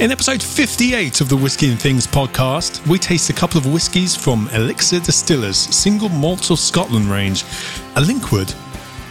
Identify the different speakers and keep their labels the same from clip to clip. Speaker 1: In episode 58 of the Whiskey and Things podcast, we taste a couple of whiskies from Elixir Distillers' Single Malts of Scotland range, a Linkwood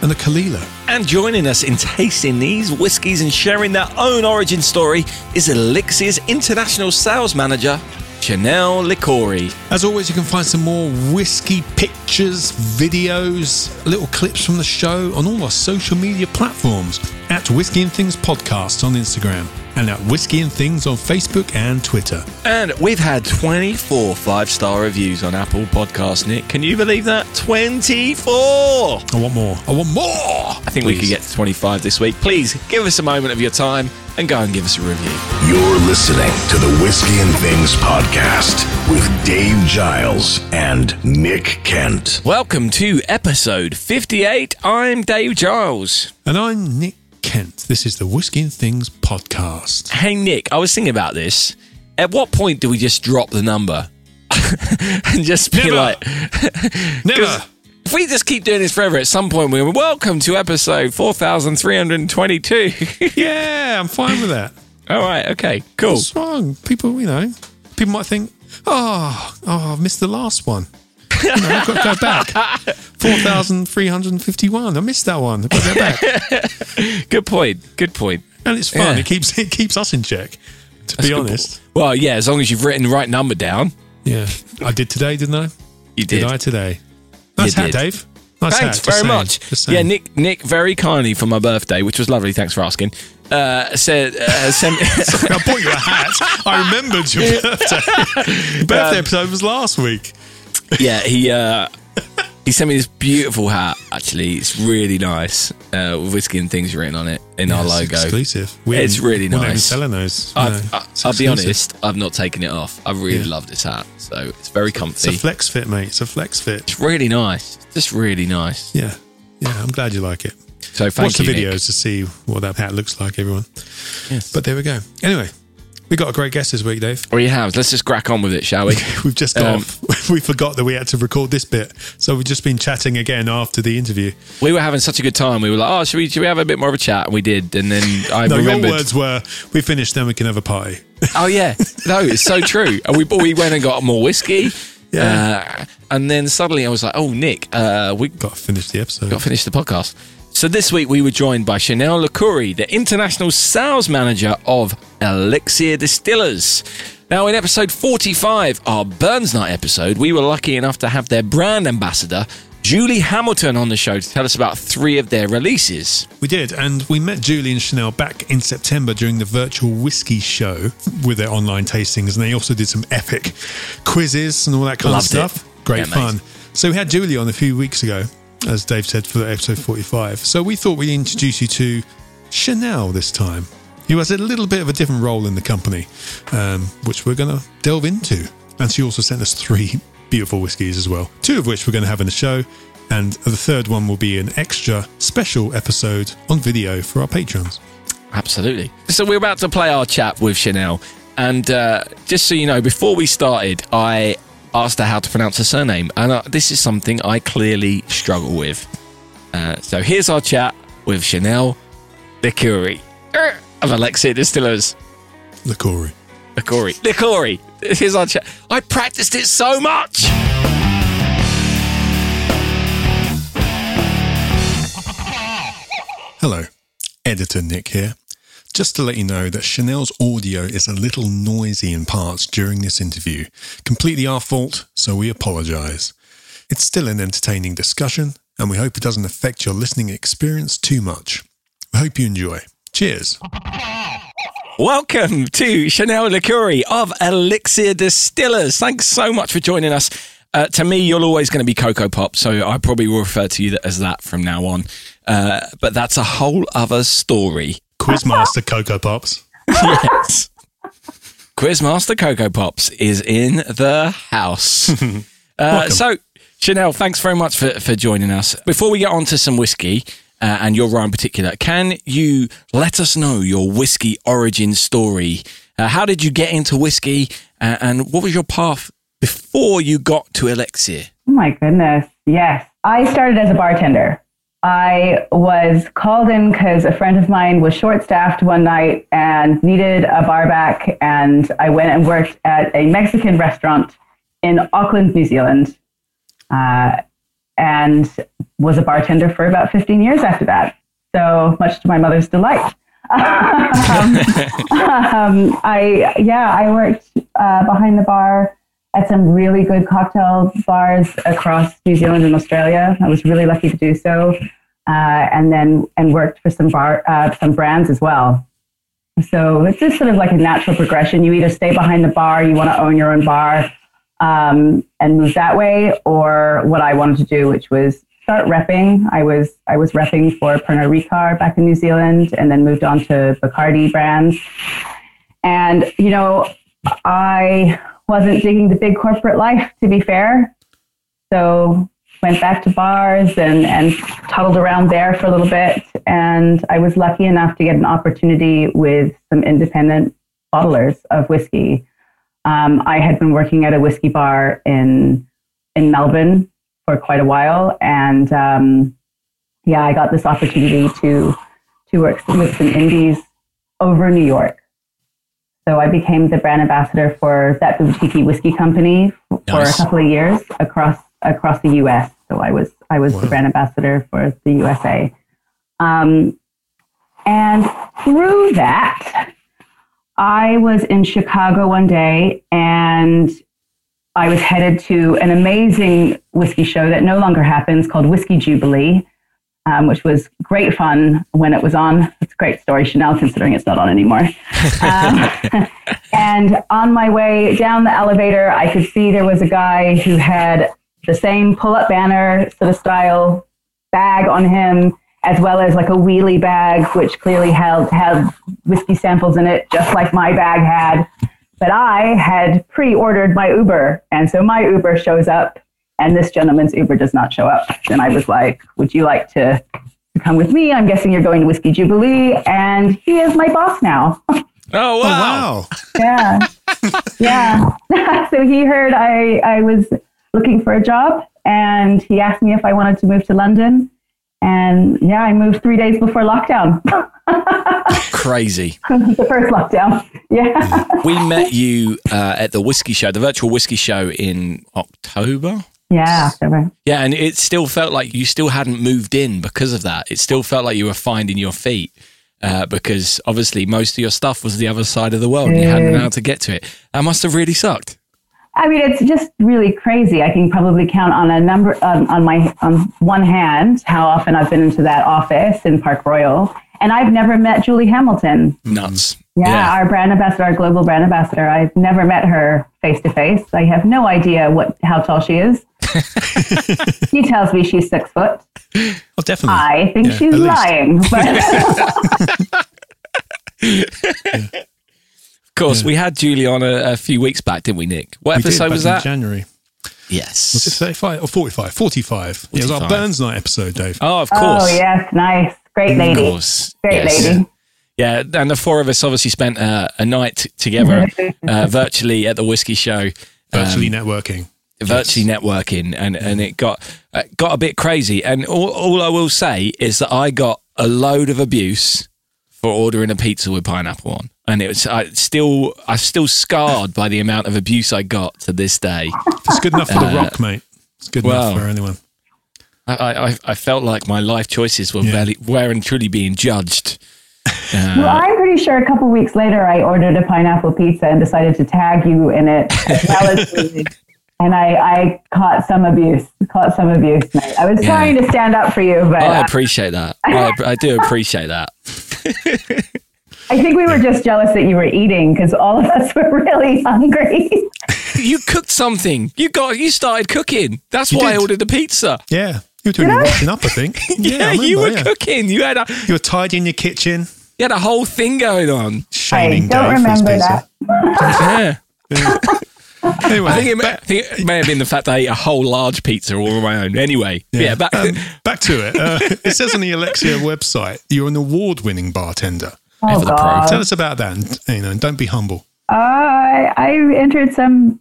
Speaker 1: and a Kalila.
Speaker 2: And joining us in tasting these whiskies and sharing their own origin story is Elixir's international sales manager, Chanel Licori.
Speaker 1: As always, you can find some more whiskey pictures, videos, little clips from the show on all our social media platforms at Whiskey and Things Podcast on Instagram and at Whiskey and Things on Facebook and Twitter.
Speaker 2: And we've had 24 five star reviews on Apple Podcasts, Nick. Can you believe that? 24!
Speaker 1: I want more. I want more.
Speaker 2: I think we could get to 25 this week. Please give us a moment of your time and go and give us a review.
Speaker 3: You're listening to the Whiskey and Things podcast with Dave Giles and Nick Kent.
Speaker 2: Welcome to episode 58. I'm Dave Giles.
Speaker 1: And I'm Nick Kent. This is the Whiskey and Things podcast.
Speaker 2: Hey, Nick, I was thinking about this. At what point do we just drop the number and just be
Speaker 1: Never.
Speaker 2: like, 'Cause
Speaker 1: Never.
Speaker 2: If we just keep doing this forever, at some point we're welcome to episode 4322.
Speaker 1: Yeah, I'm fine with that.
Speaker 2: All right, okay, cool.
Speaker 1: What's wrong? People, you know, people might think, oh, oh, I've missed the last one. You know, I've got to go back. 4,351. I missed that one. I've got to go back.
Speaker 2: Good point. Good point.
Speaker 1: And it's fun.
Speaker 2: Yeah.
Speaker 1: It keeps it keeps us in check, to be honest.
Speaker 2: Well, yeah, as long as you've written the right number down,
Speaker 1: Yeah. I did today, didn't I?
Speaker 2: you
Speaker 1: Did,
Speaker 2: did.
Speaker 1: I today? Nice
Speaker 2: You
Speaker 1: hat,
Speaker 2: did.
Speaker 1: Dave. Nice hat.
Speaker 2: Thanks
Speaker 1: Just
Speaker 2: very
Speaker 1: saying.
Speaker 2: much.
Speaker 1: Just saying.
Speaker 2: Yeah, Nick, Nick, very kindly for my birthday, which was lovely. Thanks for asking. Uh, said, uh, sent,
Speaker 1: I bought you a hat. I remembered your birthday. Your birthday episode was last week.
Speaker 2: yeah, he uh, he sent me this beautiful hat. Actually, it's really nice uh, with whiskey and things written on it in our
Speaker 1: It's
Speaker 2: logo.
Speaker 1: Exclusive.
Speaker 2: It's
Speaker 1: haven't-
Speaker 2: really
Speaker 1: We're not even
Speaker 2: nice.
Speaker 1: selling those. No,
Speaker 2: I've, I,
Speaker 1: it's
Speaker 2: I'll be
Speaker 1: exclusive.
Speaker 2: honest, I've not taken it off. I really
Speaker 1: Yeah.
Speaker 2: love this hat, so it's very
Speaker 1: It's
Speaker 2: comfy.
Speaker 1: a
Speaker 2: It's,
Speaker 1: flex fit, mate. It's a flex fit.
Speaker 2: really nice. Just really nice.
Speaker 1: Yeah. Yeah, I'm glad you like it.
Speaker 2: So thank
Speaker 1: Watch
Speaker 2: you.
Speaker 1: the
Speaker 2: Nick.
Speaker 1: videos to see what that hat looks like, everyone.
Speaker 2: Yes.
Speaker 1: But there we go. Anyway, we got a great guest this week, Dave.
Speaker 2: Well, you have. Let's just crack on with it, shall we?
Speaker 1: We've just got
Speaker 2: Um,
Speaker 1: off. We forgot that we had to record this bit. So we've just been chatting again after the interview.
Speaker 2: we were having such a good time. We were like, oh, should we, should we have a bit more of a chat? And we did. And then I
Speaker 1: No,
Speaker 2: remembered.
Speaker 1: your words were, we finished, then we can have a party.
Speaker 2: Oh yeah, no, it's so true. And we we went and got more whiskey.
Speaker 1: Yeah.
Speaker 2: Uh, and then suddenly I was like, oh Nick, uh, we got
Speaker 1: Got to finish the episode.
Speaker 2: to finish the podcast. So this week we were joined by Chanel Lacouri, the international sales manager of Elixir Distillers. Now in episode 45, our Burns Night episode, we were lucky enough to have their brand ambassador Julie Hamilton on the show to tell us about three of their releases.
Speaker 1: We did, and we met Julie and Chanel back in September during the virtual whiskey show with their online tastings, and they also did some epic quizzes and all that kind
Speaker 2: Loved it.
Speaker 1: of stuff. Great
Speaker 2: Yeah,
Speaker 1: fun.
Speaker 2: mate.
Speaker 1: So we had Julie on a few weeks ago, as Dave said, for episode 45. So we thought we'd introduce you to Chanel this time, who has a little bit of a different role in the company, um, which we're going to delve into. And she also sent us three beautiful whiskies as well, two of which we're going to have in the show. And the third one will be an extra special episode on video for our patrons.
Speaker 2: Absolutely. So we're about to play our chat with Chanel, and uh, just so you know, before we started, I asked her how to pronounce her surname, and uh, this is something I clearly struggle with. Uh, so here's our chat with Chanel Licori er, of Alexia Distillers.
Speaker 1: Licori.
Speaker 2: Licori. Licori. Here's our chat. I practiced it so much.
Speaker 1: Hello, editor Nick here. Just to let you know that Chanel's audio is a little noisy in parts during this interview. Completely our fault, so we apologise. It's still an entertaining discussion, and we hope it doesn't affect your listening experience too much. We hope you enjoy. Cheers.
Speaker 2: Welcome to Chanel Licuri of Elixir Distillers. Thanks so much for joining us. Uh, to me, you're always going to be Coco Pop, so I probably will refer to you as that from now on. Uh, but that's a whole other story.
Speaker 1: Quizmaster Coco Pops.
Speaker 2: Yes. Quizmaster Coco Pops is in the house. uh, so, Chanel, thanks very much for, for joining us. Before we get on to some whiskey, uh, and your rye in particular, can you let us know your whiskey origin story? Uh, how did you get into whiskey, uh, and what was your path before you got to Elixir?
Speaker 4: Oh my goodness. Yes. I started as a bartender. I was called in because a friend of mine was short staffed one night and needed a bar back. And I went and worked at a Mexican restaurant in Auckland, New Zealand, uh, and was a bartender for about 15 years after that. So much to my mother's delight. um, um, I yeah, I worked uh, behind the bar at some really good cocktail bars across New Zealand and Australia. I was really lucky to do so, uh, and then and worked for some bar uh, some brands as well. So it's just sort of like a natural progression. You either stay behind the bar, you want to own your own bar, um, and move that way, or what I wanted to do, which was start repping. I was I was repping for Pernod Ricard back in New Zealand, and then moved on to Bacardi brands. And you know, I wasn't digging the big corporate life, to be fair. So went back to bars and and toddled around there for a little bit. And I was lucky enough to get an opportunity with some independent bottlers of whiskey. Um, I had been working at a whiskey bar in in Melbourne for quite a while, and um, yeah, I got this opportunity to to work with some indies over New York. So I became the brand ambassador for that boutique whiskey company for
Speaker 2: Nice.
Speaker 4: a couple of years across across the U.S. So I was I was the brand ambassador for the USA, um, and through that, I was in Chicago one day and I was headed to an amazing whiskey show that no longer happens called Whiskey Jubilee, um, which was great fun when it was on. It's a great story, Chanel, considering it's not on anymore. Um, and on my way down the elevator, I could see there was a guy who had the same pull up banner sort of style bag on him, as well as like a wheelie bag, which clearly held, held whiskey samples in it, just like my bag had. But I had pre ordered my Uber. And so my Uber shows up, and this gentleman's Uber does not show up. And I was like, Would you like to come with me? I'm guessing you're going to Whiskey Jubilee. And he is my boss now.
Speaker 2: Oh,
Speaker 1: Oh,
Speaker 2: wow.
Speaker 1: wow.
Speaker 4: yeah. yeah. so he heard I, I was looking for a job and he asked me if I wanted to move to London. And yeah, I moved three days before lockdown,
Speaker 2: Crazy.
Speaker 4: the first lockdown. Yeah.
Speaker 2: We met you uh, at the whiskey show, the virtual whiskey show in October.
Speaker 4: Yeah. October.
Speaker 2: Yeah, and it still felt like you still hadn't moved in because of that. It still felt like you were finding your feet uh, because obviously most of your stuff was the other side of the world and you hadn't
Speaker 4: Mm.
Speaker 2: been able to get to it. That must have really sucked.
Speaker 4: I mean, it's just really crazy. I can probably count on a number um, on my on one hand how often I've been into that office in Park Royal, and I've never met Julie Hamilton.
Speaker 1: Mm.
Speaker 2: Nuts.
Speaker 4: Yeah, our brand ambassador, our global brand ambassador. I've never met her face to face. I have no idea what how tall she is. she tells me she's six foot.
Speaker 1: Oh, definitely.
Speaker 4: I think
Speaker 1: Yeah,
Speaker 4: she's
Speaker 1: at least.
Speaker 4: lying. But
Speaker 2: Of course, we had Julie on a, a few weeks back, didn't we, Nick? What
Speaker 1: We did
Speaker 2: episode
Speaker 1: back
Speaker 2: was
Speaker 1: in
Speaker 2: that?
Speaker 1: January. Was it
Speaker 2: yes.
Speaker 1: 35 or 45? 45. Yeah, it was our
Speaker 2: 45.
Speaker 1: Burns Night episode, Dave.
Speaker 2: Oh, of course.
Speaker 4: oh yes, nice, great lady,
Speaker 2: Of course.
Speaker 4: great
Speaker 2: Yes.
Speaker 4: lady.
Speaker 2: Yeah, and the four of us obviously spent uh, a night together uh, virtually at the whiskey show.
Speaker 1: Virtually networking.
Speaker 2: virtually networking and and it got uh, got a bit crazy and all, all I will say is that I got a load of abuse for ordering a pizza with pineapple on and it was I still I'm still scarred by the amount of abuse I got to this day
Speaker 1: If it's good enough for The Rock, mate. It's good
Speaker 2: wow.
Speaker 1: enough for anyone.
Speaker 2: I I, I felt like my life choices were
Speaker 1: Yeah.
Speaker 2: very, were and truly being judged
Speaker 4: Well,
Speaker 2: Uh,
Speaker 4: I'm pretty sure a couple weeks later, I ordered a pineapple pizza and decided to tag you in it as well as me. And I, I caught some abuse. Caught some abuse. mate. I was trying to stand up for you, but
Speaker 2: I appreciate that I, I do appreciate that
Speaker 4: I think we were just jealous that you were eating because all of us were really hungry.
Speaker 2: you cooked something you got you started cooking that's
Speaker 1: You
Speaker 2: why I
Speaker 1: did.
Speaker 2: ordered the pizza
Speaker 1: Yeah. You were doing your washing up, I think. Yeah, I
Speaker 2: you were
Speaker 1: remember, yeah.
Speaker 2: cooking you had a
Speaker 1: You were tidying your kitchen,
Speaker 2: You had a whole thing going on.
Speaker 1: shaming
Speaker 4: I don't
Speaker 1: Dave for his
Speaker 4: remember
Speaker 1: pizza.
Speaker 2: Yeah.
Speaker 1: Anyway,
Speaker 2: I think, it may, I think it may have been the fact I ate a whole large pizza all on my own. Anyway, yeah, back,
Speaker 1: um, back to it. Uh, it says on the Alexia website, you're an award-winning bartender.
Speaker 4: Oh,
Speaker 2: for the pro.
Speaker 4: God.
Speaker 1: Tell us about that, and you know, and don't be humble.
Speaker 4: Uh, I, I entered some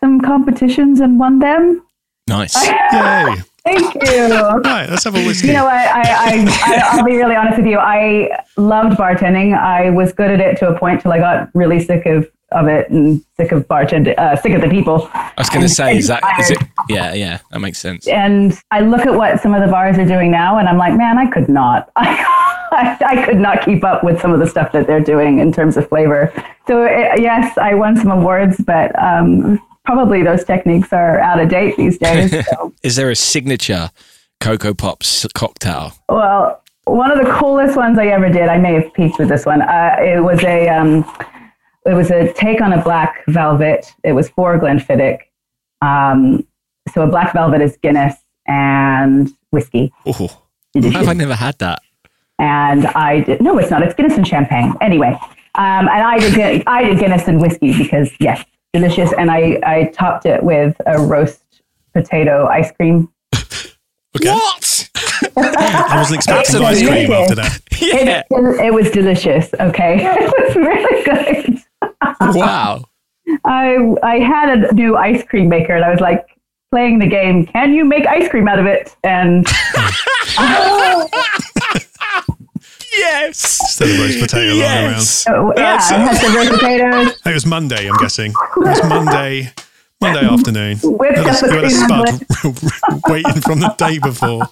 Speaker 4: some competitions and won them.
Speaker 2: nice.
Speaker 1: Yay!
Speaker 4: Thank you.
Speaker 1: Right, let's have a whiskey.
Speaker 4: You know what? I, I, I, I'll be really honest with you. I loved bartending. I was good at it to a point till I got really sick of, of it and sick of bartending, uh, sick of the people.
Speaker 2: I was going to say, is that is it? Yeah, yeah, that makes sense.
Speaker 4: And I look at what some of the bars are doing now, and I'm like, man, I could not. I, I could not keep up with some of the stuff that they're doing in terms of flavor. So, eh, yes, I won some awards, but um, probably those techniques are out of date these days. So.
Speaker 2: Is there a signature Cocoa Pops cocktail?
Speaker 4: Well, one of the coolest ones I ever did. I may have peaked with this one. Uh, it was a um, it was a take on a black velvet. It was for Glenfiddich. Um, so a black velvet is Guinness and whiskey.
Speaker 2: Oh, have I never had that?
Speaker 4: And I did no, it's not. It's Guinness and champagne. Anyway, um, and I did Guin- I did Guinness and whiskey because yes, delicious. And I I topped it with a roast potato ice cream.
Speaker 1: Okay.
Speaker 2: What?
Speaker 1: I wasn't expecting ice cream
Speaker 4: amazing.
Speaker 1: after that.
Speaker 2: Yeah.
Speaker 4: It was delicious. Okay, it was really good.
Speaker 2: wow.
Speaker 4: I I had a new ice cream maker and I was like playing the game, can you make ice cream out of it? And
Speaker 2: Yes.
Speaker 1: Instead of roast potato lying around.
Speaker 2: Yes.
Speaker 4: uh, yeah,
Speaker 2: That's-
Speaker 4: I had some roast potatoes,
Speaker 1: It was Monday, I'm guessing. It was Monday, Monday afternoon.
Speaker 4: Whipped
Speaker 1: You had
Speaker 4: up a
Speaker 1: a- you had a
Speaker 4: cream
Speaker 1: spud
Speaker 4: omelet.
Speaker 1: waiting from the day before.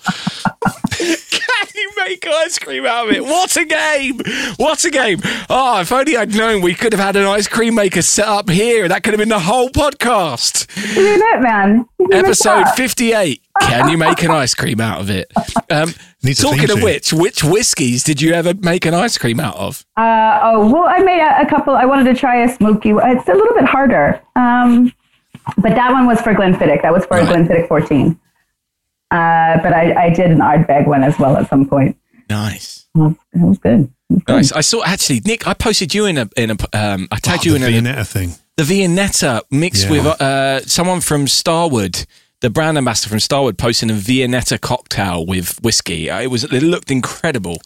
Speaker 2: Can you make ice cream out of it? What a game! What a game! Oh, if only I'd known we could have had an ice cream maker set up here. That could have been the whole podcast.
Speaker 4: isn't it, man? Isn't it
Speaker 2: episode
Speaker 4: that?
Speaker 2: 58 can you make an ice cream out of it um,
Speaker 1: Needs a theme
Speaker 2: talking of
Speaker 1: tune.
Speaker 2: which which whiskies did you ever make an ice cream out of
Speaker 4: Uh, oh well, I made a, a couple. I wanted to try a smoky. It's a little bit harder, um, but that one was for Glenfiddich. That was for
Speaker 2: Right.
Speaker 4: Glenfiddich 14. Uh, but I, I did an Ardbeg one as well at some point.
Speaker 2: nice
Speaker 4: It was good.
Speaker 2: nice i saw actually nick i posted you in a in a um, i tagged
Speaker 1: Oh,
Speaker 2: you
Speaker 1: the
Speaker 2: in a,
Speaker 1: Viennetta thing.
Speaker 2: the Viennetta mixed
Speaker 1: Yeah.
Speaker 2: with uh, someone from Starwood, the brand ambassador from Starwood, posting a Viennetta cocktail with whiskey. Uh, It was it looked incredible.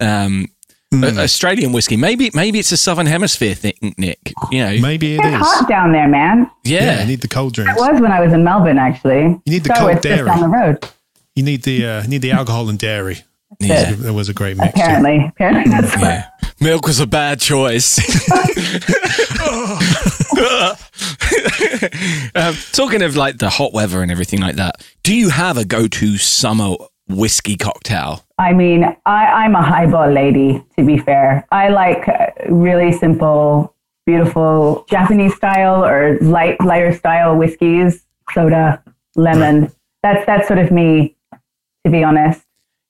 Speaker 2: Um,
Speaker 1: Hmm.
Speaker 2: a- Australian whiskey. Maybe maybe it's a Southern Hemisphere thing, Nick. You know,
Speaker 1: Maybe it
Speaker 4: It's
Speaker 1: is.
Speaker 4: hot down there, man.
Speaker 1: Yeah, you
Speaker 2: yeah.
Speaker 1: need the cold
Speaker 4: It
Speaker 1: drinks.
Speaker 4: was when I was in Melbourne, actually.
Speaker 1: You need the
Speaker 4: so
Speaker 1: cold
Speaker 4: it's just
Speaker 1: dairy.
Speaker 4: down the road.
Speaker 1: You need the uh, you need the alcohol and dairy.
Speaker 2: Yeah.
Speaker 1: There was a great mix. yeah.
Speaker 4: Apparently, apparently that's what
Speaker 2: Yeah. Milk was a bad choice. um, talking of like the hot weather and everything like that, do you have a go to summer whiskey cocktail?
Speaker 4: I mean, I, I'm a highball lady, to be fair. I like uh, really simple, beautiful Japanese style or light, lighter style whiskeys, soda, lemon. That's, that's sort of me, to be honest.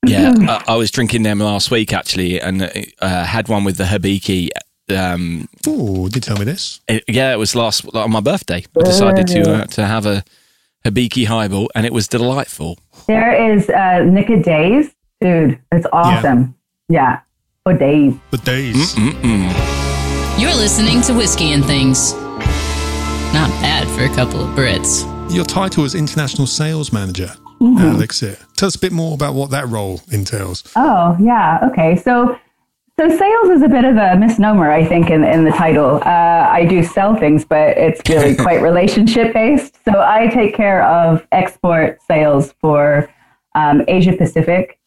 Speaker 2: Yeah, Mm-hmm. I, I was drinking them last week actually and uh, uh, had one with the Habiki. Um,
Speaker 1: Oh, did you tell me this?
Speaker 2: it- yeah, it was last like, on my birthday. I decided to uh, to have a Habiki highball and it was delightful.
Speaker 4: There is uh, Nika Days. Dude, it's awesome. Yeah. For days.
Speaker 1: For days.
Speaker 5: You're listening to Whiskey and Things. Not bad for a couple of Brits.
Speaker 1: Your title is international sales manager, Alex. Here. Tell us a bit more about what that role entails.
Speaker 4: Oh, yeah. Okay. So, so sales is a bit of a misnomer, I think, in, in the title. Uh, I do sell things, but it's really quite relationship based. So I take care of export sales for um, Asia Pacific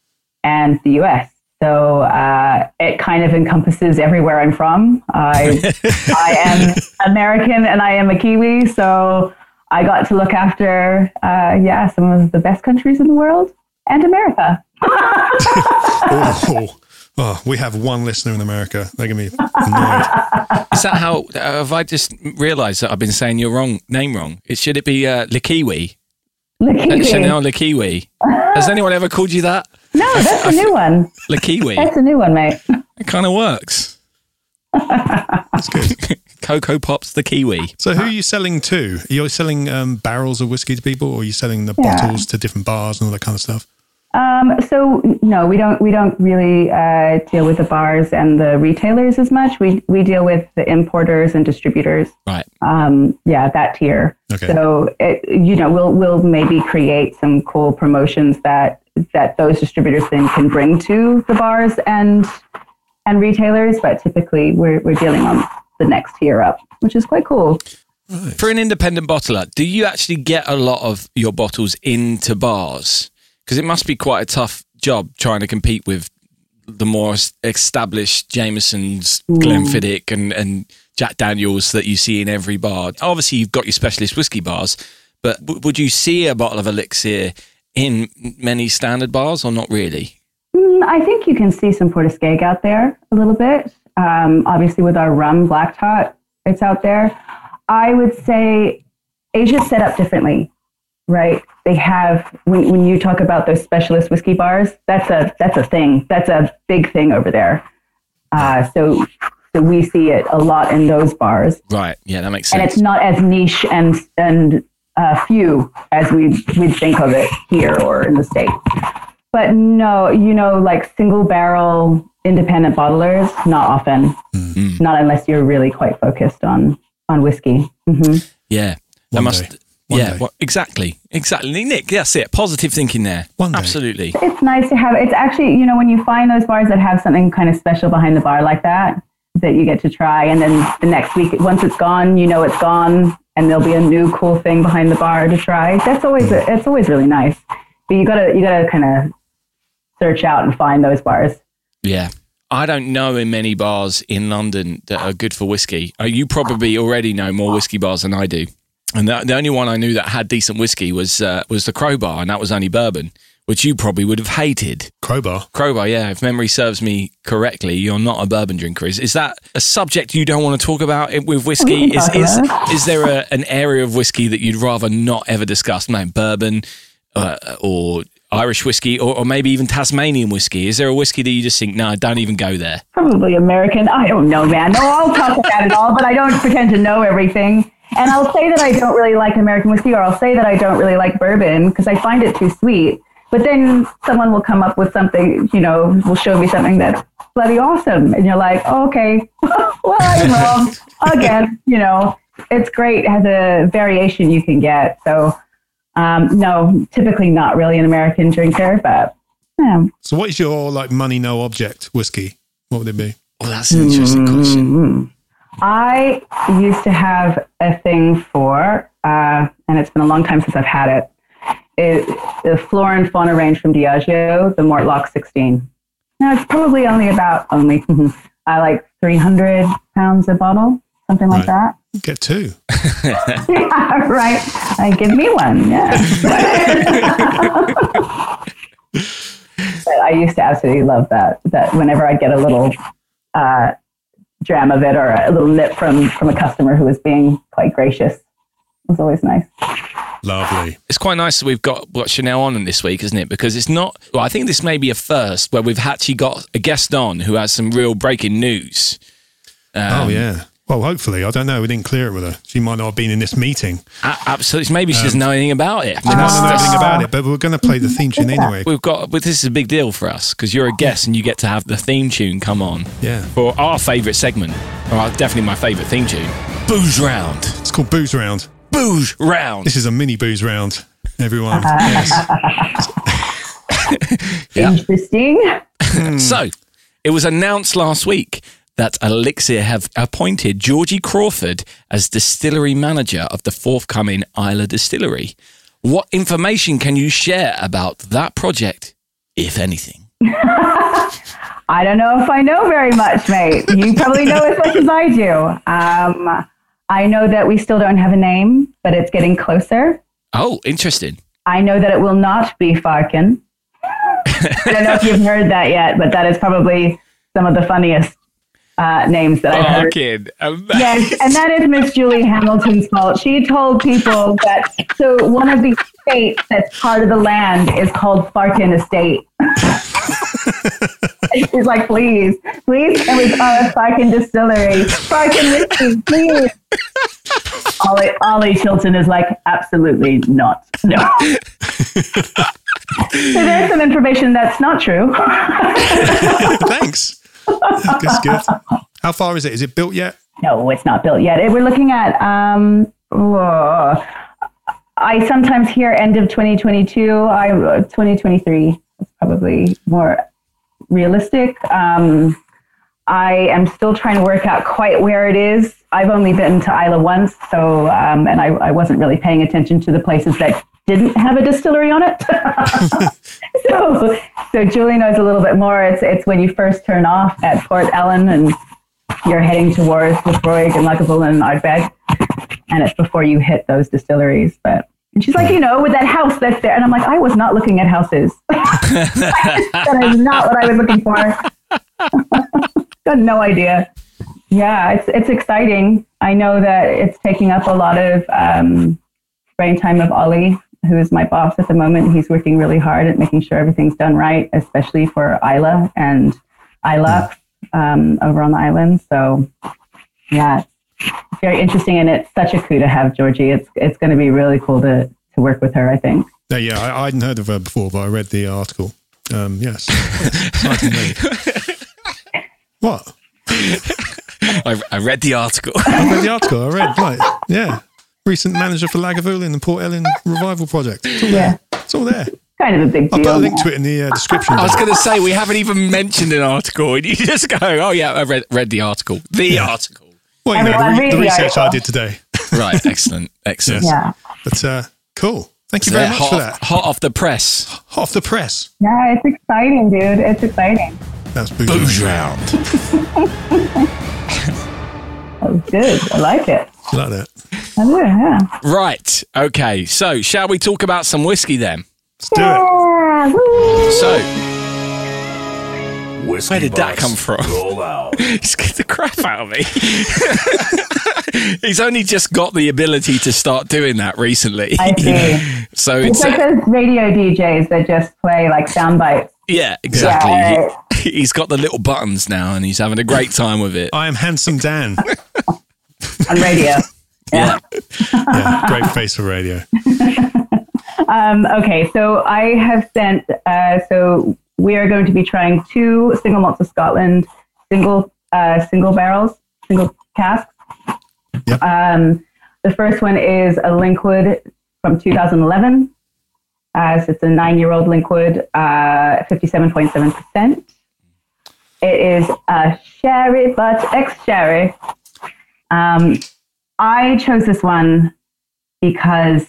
Speaker 4: and the US. So uh, it kind of encompasses everywhere I'm from. I, I am American and I am a Kiwi. So I got to look after, uh, yeah, some of the best countries in the world and America.
Speaker 1: oh, oh, we have one listener in America. They're going to be annoyed.
Speaker 2: Is that how? Uh, have I just realised that I've been saying your wrong name wrong? It should it be uh, Likiwi?
Speaker 4: Lakiwi.
Speaker 2: Chanel Lakiwi. Has anyone ever called you that?
Speaker 4: No, that's a new one.
Speaker 2: Lakiwi.
Speaker 4: That's a new one, mate.
Speaker 2: It kind of works.
Speaker 1: That's good.
Speaker 2: Coco Pops the Kiwi.
Speaker 1: So, who are you selling to? Are you selling um, barrels of whiskey to people, or are you selling the bottles to different bars and all that kind of stuff?
Speaker 4: Um, so no, we don't. We don't really uh, deal with the bars and the retailers as much. We we deal with the importers and distributors.
Speaker 2: Right.
Speaker 4: Um, yeah, that tier.
Speaker 1: Okay.
Speaker 4: So it, you know, we'll we'll maybe create some cool promotions that that those distributors then can bring to the bars and and retailers. But typically, we're we're dealing on the next tier up, which is quite cool.
Speaker 2: For an independent bottler, do you actually get a lot of your bottles into bars? Because it must be quite a tough job trying to compete with the more s- established Jamesons, Glenfiddich, and, and Jack Daniels that you see in every bar. Obviously, you've got your specialist whiskey bars, but w- would you see a bottle of elixir in many standard bars or not really?
Speaker 4: Mm, I think you can see some Portuskeg out there a little bit. Um, obviously, with our rum black tot, it's out there. I would say Asia's set up differently, right? They have when, when you talk about those specialist whiskey bars, that's a that's a thing. That's a big thing over there. Uh, so, so we see it a lot in those bars,
Speaker 2: Right. Yeah, that makes
Speaker 4: and
Speaker 2: sense.
Speaker 4: it's not as niche and and uh, few as we we'd think of it here or in the states. But no, you know, like single barrel independent bottlers, not often,
Speaker 2: Mm-hmm.
Speaker 4: not unless you're really quite focused on on whiskey. hmm
Speaker 2: Yeah. that
Speaker 1: One
Speaker 2: must.
Speaker 1: day. One
Speaker 2: yeah,
Speaker 1: day.
Speaker 2: well, exactly. Exactly. Nick, that's it. Positive thinking there.
Speaker 1: One day.
Speaker 2: Absolutely.
Speaker 4: It's nice to have. It's actually, you know, when you find those bars that have something kind of special behind the bar like that, that you get to try, and then the next week, once it's gone, you know it's gone, and there'll be a new cool thing behind the bar to try. That's always it's always really nice. But you gotta you gotta kind of search out and find those bars.
Speaker 2: Yeah. I don't know in many bars in London that are good for whiskey. Uh, You probably already know more whiskey bars than I do. And the, the only one I knew that had decent whiskey was uh, was the Crowbar, and that was only bourbon, which you probably would have hated.
Speaker 1: Crowbar.
Speaker 2: Crowbar, yeah, if memory serves me correctly, you're not a bourbon drinker. Is, is that a subject you don't want to talk about it- with whiskey?
Speaker 4: We can
Speaker 2: Is
Speaker 4: talk
Speaker 2: is,
Speaker 4: about
Speaker 2: is there a, an area of whiskey that you'd rather not ever discuss? No, bourbon uh, or Irish whiskey or, or maybe even Tasmanian whiskey. Is there a whiskey that you just think, no, don't even go there?
Speaker 4: probably American. I don't know, man. No, I'll talk about it all, but I don't pretend to know everything. And I'll say that I don't really like American whiskey, or I'll say that I don't really like bourbon because I find it too sweet. But then someone will come up with something, you know, will show me something that's bloody awesome, and you're like, oh, okay, well, I'm wrong again. You know, it's great it has a variation you can get. So, um, no, typically not really an American drinker, but yeah.
Speaker 1: So what is your like money no object whiskey? What would it be?
Speaker 2: Well, that's
Speaker 4: Hmm.
Speaker 2: an interesting question.
Speaker 4: I used to have a thing for, uh, and it's been a long time since I've had it, it the flora and fauna range from Diageo, the Mortlock 16. Now it's probably only about only I like 300 pounds a bottle, something like
Speaker 1: Get two.
Speaker 4: that. Yeah, right. I give me one. Yeah. but I used to absolutely love that. That whenever I get a little uh, dram of it or a little nip from from a customer who was being quite gracious, it was always nice.
Speaker 1: Lovely.
Speaker 2: It's quite nice that we've got what Chanel on this week, isn't it? Because it's not. Well, I think this may be a first where we've actually got a guest on who has some real breaking news.
Speaker 1: oh yeah. Well, hopefully. I don't know. We didn't clear it with her. She might not have been in this meeting.
Speaker 2: A- absolutely. Maybe she doesn't know anything about it.
Speaker 1: She might not know anything about it, but we're going to play the theme tune anyway.
Speaker 2: We've got, but this is a big deal for us because you're a guest and you get to have the theme tune come on
Speaker 1: Yeah.
Speaker 2: for our favourite segment, or our- definitely my favourite theme tune, Booze Round.
Speaker 1: It's called Booze Round.
Speaker 2: Booze Round.
Speaker 1: This is a mini booze round, everyone. yes.
Speaker 2: Yeah.
Speaker 4: Interesting.
Speaker 2: So, it was announced last week that Elixir have appointed Georgie Crawford as distillery manager of the forthcoming Isla distillery. What information can you share about that project, if anything?
Speaker 4: I don't know if I know very much, mate. You probably know as much as I do. Um, I know that we still don't have a name, but it's getting closer.
Speaker 2: Oh, interesting.
Speaker 4: I know that it will not be Farkin. I don't know if you've heard that yet, but that is probably some of the funniest uh, names that I've
Speaker 2: Oh,
Speaker 4: heard.
Speaker 2: Barking. Amazing.
Speaker 4: Yes, and that is Miss Julie Hamilton's fault. She told people that so one of the estates that's part of the land is called Farkin Estate. And She's like, please, please, and we call it Farkin Distillery, Farkin Whiskey, please. Ollie, Ollie Chilton is like, absolutely not. No. so there's some information that's not true.
Speaker 1: Thanks. That's good. How far is it? Is it built yet?
Speaker 4: No, it's not built yet. It- We're looking at. Um, whoa. I sometimes hear end of 2022. I 2023 is probably more realistic. Um, I am still trying to work out quite where it is. I've only been to Isla once, so um, and I, I wasn't really paying attention to the places that didn't have a distillery on it. so, so Julie knows a little bit more. It's it's when you first turn off at Port Ellen and you're heading towards Lefroy and Lagavulin and Ardbeg, and it's before you hit those distilleries. But and she's like, you know, with that house that's there, and I'm like, I was not looking at houses. that is not what I was looking for. Got no idea. Yeah, it's it's exciting. I know that it's taking up a lot of um, brain time of Ollie, who is my boss at the moment. He's working really hard at making sure everything's done right, especially for Isla and Isla um, over on the island. So, yeah, it's very interesting, and it's such a coup to have Georgie. It's it's going to be really cool to to work with her. I think.
Speaker 1: No, yeah, I, I hadn't heard of her before, but I read the article. Um, yes. Exciting lady. what?
Speaker 2: I, I read the article.
Speaker 1: I read the article. I read, right. Yeah. Recent manager for Lagavulin and Port Ellen Revival Project. It's all
Speaker 4: Yeah,
Speaker 1: there. It's all there.
Speaker 4: kind of a big
Speaker 1: I'll
Speaker 4: deal.
Speaker 1: put a link to it in the uh, description.
Speaker 2: I was going to say we haven't even mentioned an article, and you just go, "Oh yeah, I read read the article, the article."
Speaker 1: well, you know,
Speaker 4: Everyone
Speaker 1: the, re-
Speaker 4: read
Speaker 1: the
Speaker 4: the
Speaker 1: research I
Speaker 4: article.
Speaker 1: did today.
Speaker 2: Right, excellent, excellent.
Speaker 1: Yes.
Speaker 4: Yeah,
Speaker 1: But uh, cool. Thank you
Speaker 2: So
Speaker 1: very
Speaker 2: they're
Speaker 1: much
Speaker 2: hot,
Speaker 1: for that.
Speaker 2: hot off the press.
Speaker 1: Hot off the press.
Speaker 4: yeah, it's exciting, dude. It's exciting.
Speaker 1: That's booze, round.
Speaker 4: That was good. I like it.
Speaker 1: like that.
Speaker 4: I do, yeah.
Speaker 2: Right, okay. So, shall we talk about some whiskey then?
Speaker 1: Let's do it.
Speaker 4: Yeah, woo.
Speaker 2: So,
Speaker 3: Whiskey
Speaker 2: Where did that
Speaker 3: Bucks
Speaker 2: come from?
Speaker 3: Roll out.
Speaker 2: He scared the crap out of me. He's only just got the ability to start doing that recently.
Speaker 4: I see.
Speaker 2: So
Speaker 4: It's
Speaker 2: it's
Speaker 4: like those radio DJs that just play like sound bites.
Speaker 2: yeah, exactly.
Speaker 4: Yeah.
Speaker 2: He, he's got the little buttons now, and he's having a great time with it.
Speaker 1: I am Handsome Dan.
Speaker 4: on radio.
Speaker 2: Yeah,
Speaker 1: yeah, great face for radio.
Speaker 4: Um, okay, so I have sent. Uh, so we are going to be trying two single malts of Scotland, single uh, single barrels, single casks.
Speaker 1: Yep.
Speaker 4: Um, the first one is a Linkwood from 2011. Uh, so it's a nine-year-old Linkwood, uh, 57.7 percent. It is a sherry, but ex-sherry. Um, I chose this one because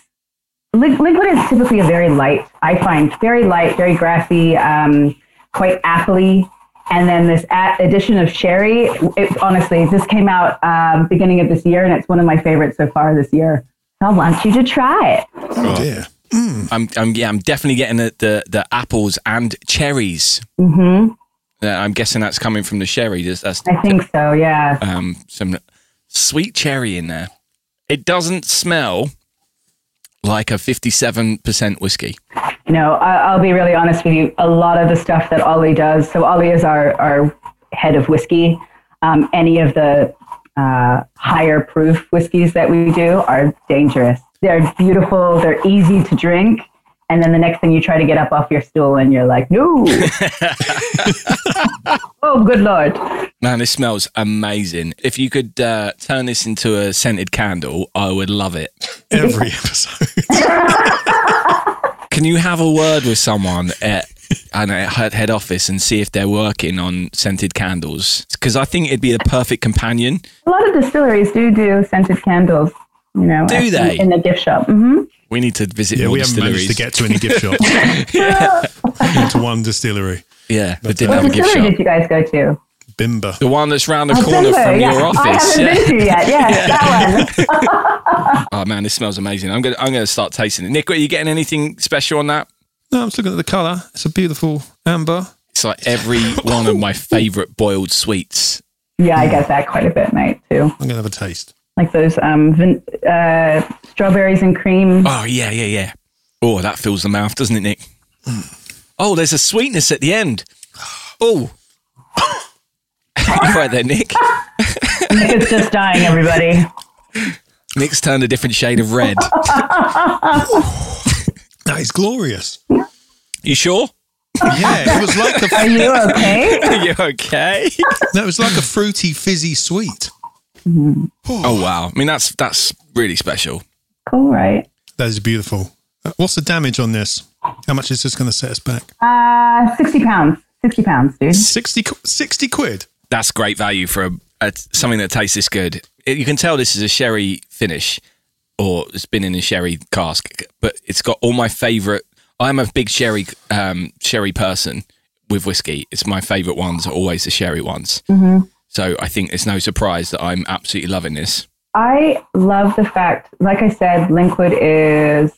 Speaker 4: Link- Liquid is typically a very light, I find very light, very grassy, um, quite appley. And then this a- addition of sherry, it, honestly, this came out um, beginning of this year and it's one of my favorites so far this year. I want you to try it.
Speaker 1: Oh, dear.
Speaker 2: I'm, I'm yeah, I'm definitely getting the the, the apples and cherries.
Speaker 4: hmm
Speaker 2: Uh, I'm guessing that's coming from the sherry. That's, that's
Speaker 4: I think so, yeah.
Speaker 2: um, some sweet cherry in there. It doesn't smell like a 57% whiskey.
Speaker 4: You know, I- I'll be really honest with you. A lot of the stuff that Ollie does, so Ollie is our, our head of whiskey. Um, any of the uh, higher proof whiskeys that we do are dangerous. They're beautiful, they're easy to drink. And then the next thing you try to get up off your stool and you're like, no. oh, good Lord.
Speaker 2: Man, this smells amazing. If you could uh, turn this into a scented candle, I would love it.
Speaker 1: Every episode.
Speaker 2: Can you have a word with someone at, I don't know, at head office and see if they're working on scented candles? Because I think it'd be the perfect companion.
Speaker 4: A lot of distilleries do do scented candles, you know,
Speaker 2: Do
Speaker 4: in-
Speaker 2: they?
Speaker 4: in the gift shop. hmm
Speaker 2: We need to visit
Speaker 1: Yeah,
Speaker 2: more
Speaker 1: we haven't
Speaker 2: distilleries.
Speaker 1: managed to get to any gift shops. Into one distillery.
Speaker 2: yeah, but didn't
Speaker 4: What
Speaker 2: have a gift
Speaker 4: distillery
Speaker 2: shop.
Speaker 4: did you guys go to?
Speaker 1: Bimba.
Speaker 2: The one that's round the
Speaker 4: Oh,
Speaker 2: corner
Speaker 4: Denver,
Speaker 2: from
Speaker 4: yeah.
Speaker 2: your
Speaker 4: I
Speaker 2: office.
Speaker 4: haven't
Speaker 2: yeah.
Speaker 4: been to yet. Yeah, that one.
Speaker 2: Oh man, this smells amazing. I'm gonna I'm gonna start tasting it. Nick, are you getting anything special on that?
Speaker 1: No, I'm just looking at the colour. It's a beautiful amber.
Speaker 2: It's like every one of my favourite boiled sweets.
Speaker 4: Yeah, I get that quite a bit, mate, too.
Speaker 1: I'm going to have a taste.
Speaker 4: Like those um, vin- uh, strawberries and cream.
Speaker 2: Oh yeah, yeah, yeah. Oh, that fills the mouth, doesn't it, Nick? Oh, there's a sweetness at the end. Oh. You're right there, Nick.
Speaker 4: It's just dying, everybody.
Speaker 2: Nick's turned a different shade of red.
Speaker 1: That is glorious.
Speaker 2: You sure?
Speaker 1: Yeah, it was like
Speaker 4: Are
Speaker 1: a
Speaker 4: you okay?
Speaker 2: Are you okay?
Speaker 1: that was like a fruity fizzy sweet.
Speaker 2: Oh wow. I mean that's that's really special.
Speaker 4: Cool, right?
Speaker 1: That is beautiful. Uh, What's the damage on this? How much is this going to set us back?
Speaker 4: Uh, 60 pounds. 60 pounds, dude.
Speaker 1: 60, qu- 60 quid.
Speaker 2: that's great value for a, a, something that tastes this good. It, you can tell this is a sherry finish, or it's been in a sherry cask, but it's got all my favorite. I'm a big sherry um, sherry person with whiskey. It's my favorite ones are always the sherry ones. So I think it's no surprise that I'm absolutely loving this.
Speaker 4: I love the fact, like I said, Linkwood is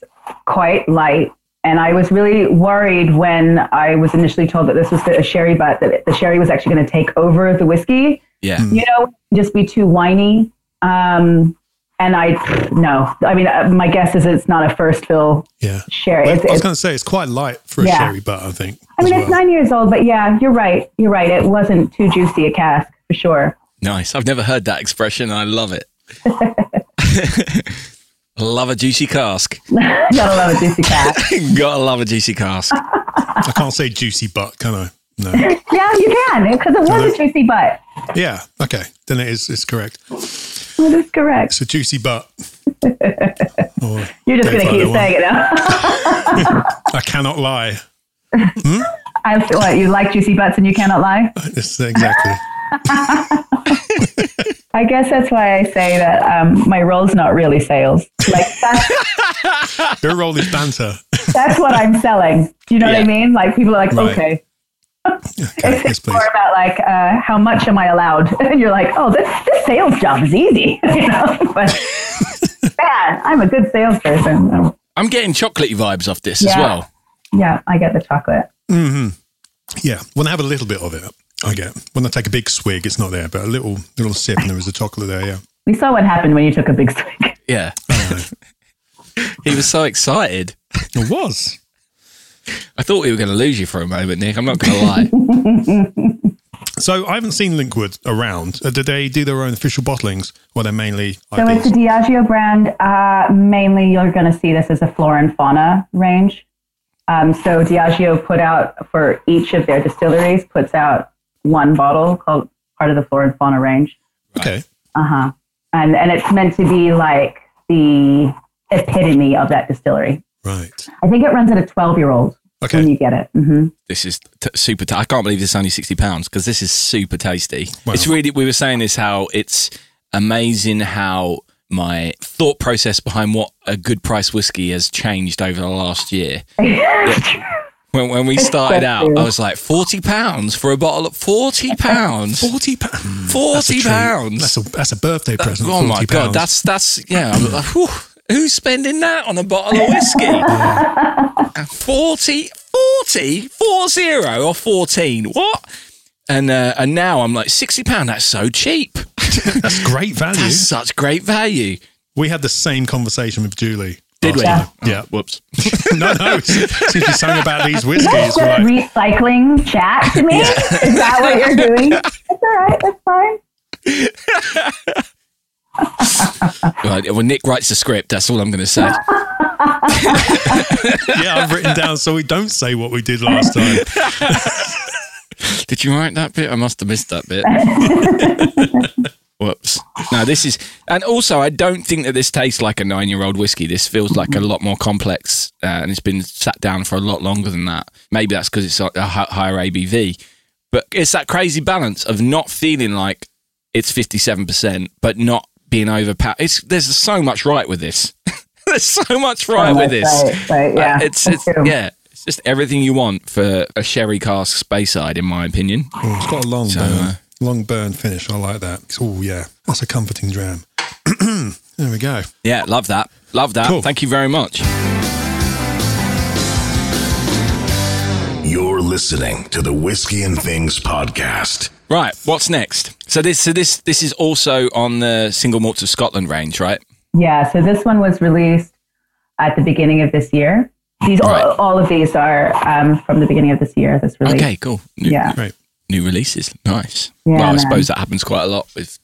Speaker 4: quite light. And I was really worried when I was initially told that this was the, a sherry butt, that the sherry was actually going to take over the whiskey.
Speaker 2: Yeah.
Speaker 4: You know, just be too whiny. Um, and I, no. I mean, uh, my guess is it's not a first fill
Speaker 1: Yeah.
Speaker 4: sherry.
Speaker 1: I,
Speaker 4: It's-
Speaker 1: I was
Speaker 4: it's-
Speaker 1: going to say it's quite light for a
Speaker 4: Yeah.
Speaker 1: sherry butt, I think.
Speaker 4: I mean,
Speaker 1: as
Speaker 4: it's
Speaker 1: well.
Speaker 4: nine years old, but yeah, you're right. You're right. It wasn't too juicy a cask for sure.
Speaker 2: Nice. I've never heard that expression, and I love it. love a juicy cask.
Speaker 4: Gotta love a juicy cask.
Speaker 2: Gotta love a juicy cask.
Speaker 1: I can't say juicy butt, can I? No.
Speaker 4: Yeah, you can, because it was a juicy butt.
Speaker 1: yeah. Okay. Then it is. It's correct.
Speaker 4: That is correct.
Speaker 1: It's a juicy butt. Or
Speaker 4: You're just
Speaker 1: don't
Speaker 4: going to
Speaker 1: find
Speaker 4: keep
Speaker 1: that one.
Speaker 4: saying it now.
Speaker 1: I cannot lie.
Speaker 4: I, what, you like juicy butts and you cannot lie?
Speaker 1: It's exactly.
Speaker 4: I guess that's why I say that um, my role's not really sales. Like, that's,
Speaker 1: Your role is banter.
Speaker 4: that's what I'm selling. Do you know what
Speaker 2: Yeah.
Speaker 4: I mean? Like, people are like,
Speaker 1: Right.
Speaker 4: okay.
Speaker 1: Okay. Yes, please.
Speaker 4: Or about like, uh, how much am I allowed? And you're like, oh, this, this sales job is easy. you know? But man, I'm a good salesperson. Um,
Speaker 2: I'm getting chocolatey vibes off this as
Speaker 4: Yeah.
Speaker 2: well.
Speaker 4: Yeah, I get the chocolate.
Speaker 1: Yeah. When I have a little bit of it, I get. When I take a big swig, it's not there, but a little little sip and there is a chocolate there. Yeah.
Speaker 4: We saw what happened when you took a big swig.
Speaker 2: Yeah. he was so excited.
Speaker 1: It was.
Speaker 2: I thought we were going to lose you for a moment, Nick. I'm not going to lie.
Speaker 1: So I haven't seen Linkwood around. Uh, do they do their own official bottlings? Well, they're mainly
Speaker 4: So it's a
Speaker 1: IPs.
Speaker 4: Diageo brand. Uh, mainly, you're going to see this as a flora and fauna range. Um, so Diageo put out for each of their distilleries puts out one bottle called part of the flora and fauna range.
Speaker 1: Okay.
Speaker 4: Uh huh. And and it's meant to be like the epitome of that distillery.
Speaker 1: Right.
Speaker 4: I think it runs at a 12 year old when
Speaker 1: Okay.
Speaker 4: you get it. hmm
Speaker 2: this is t- super. T- I can't believe this is only sixty pounds because this is super tasty.
Speaker 1: Wow.
Speaker 2: It's really. We were saying this how it's amazing how my thought process behind what a good price whiskey has changed over the last year. When, when we started out, I was like forty pounds for a bottle of forty pounds.
Speaker 1: Forty pounds.
Speaker 2: Hmm. Forty pounds.
Speaker 1: That's a that's a birthday present.
Speaker 2: Oh my
Speaker 1: 40
Speaker 2: god,
Speaker 1: pounds.
Speaker 2: that's that's yeah. I'm like, whew, who's spending that on a bottle of whiskey? 40, 40, 40 or 14. What? And uh, and now I'm like 60 pound that's so cheap.
Speaker 1: that's great value.
Speaker 2: That's such great value.
Speaker 1: We had the same conversation with Julie.
Speaker 2: Did we? Oh,
Speaker 1: last time. Yeah.
Speaker 2: Whoops.
Speaker 1: no, no. Since you sang about these whiskeys,
Speaker 4: That's
Speaker 1: we're
Speaker 4: just
Speaker 1: like,
Speaker 4: recycling chat to me. Is that what you're doing? It's all right. That's fine.
Speaker 2: Right, well Nick writes the script, that's all I'm going to say.
Speaker 1: yeah, I've written down so we don't say what we did last time.
Speaker 2: Did you write that bit? I must have missed that bit. Whoops. No, this is, and also I don't think that this tastes like a nine-year-old whiskey. This feels like a lot more complex, uh, and it's been sat down for a lot longer than that. Maybe that's because it's a, a hi- higher ABV, but it's that crazy balance of not feeling like it's fifty-seven percent, but not being overpowered. It's there's so much right with this. there's so much right with this.
Speaker 4: Oh, Right, right, yeah.
Speaker 2: Uh, it's,
Speaker 4: that's
Speaker 2: it's
Speaker 4: true.
Speaker 2: yeah, it's just everything you want for a sherry cask Speyside, in my opinion.
Speaker 1: Oh, it's got a long burn.
Speaker 2: uh,
Speaker 1: long burn finish. I like that. It's- Oh, yeah. That's a comforting dram. there we go.
Speaker 2: Yeah, love that, love that.
Speaker 1: Cool.
Speaker 2: Thank you very much.
Speaker 3: You're listening to the Whiskey and Things podcast.
Speaker 2: Right, what's next? So this, so this, this is also on the single malts of Scotland range, right?
Speaker 4: Yeah, so this one was released at the beginning of this year. These
Speaker 2: Right.
Speaker 4: all, all of these are um, from the beginning of this year. This release,
Speaker 2: Okay, cool. New,
Speaker 4: yeah,
Speaker 1: Right.
Speaker 2: new releases, nice.
Speaker 4: Yeah,
Speaker 2: well, I
Speaker 4: man.
Speaker 2: suppose that happens quite a lot with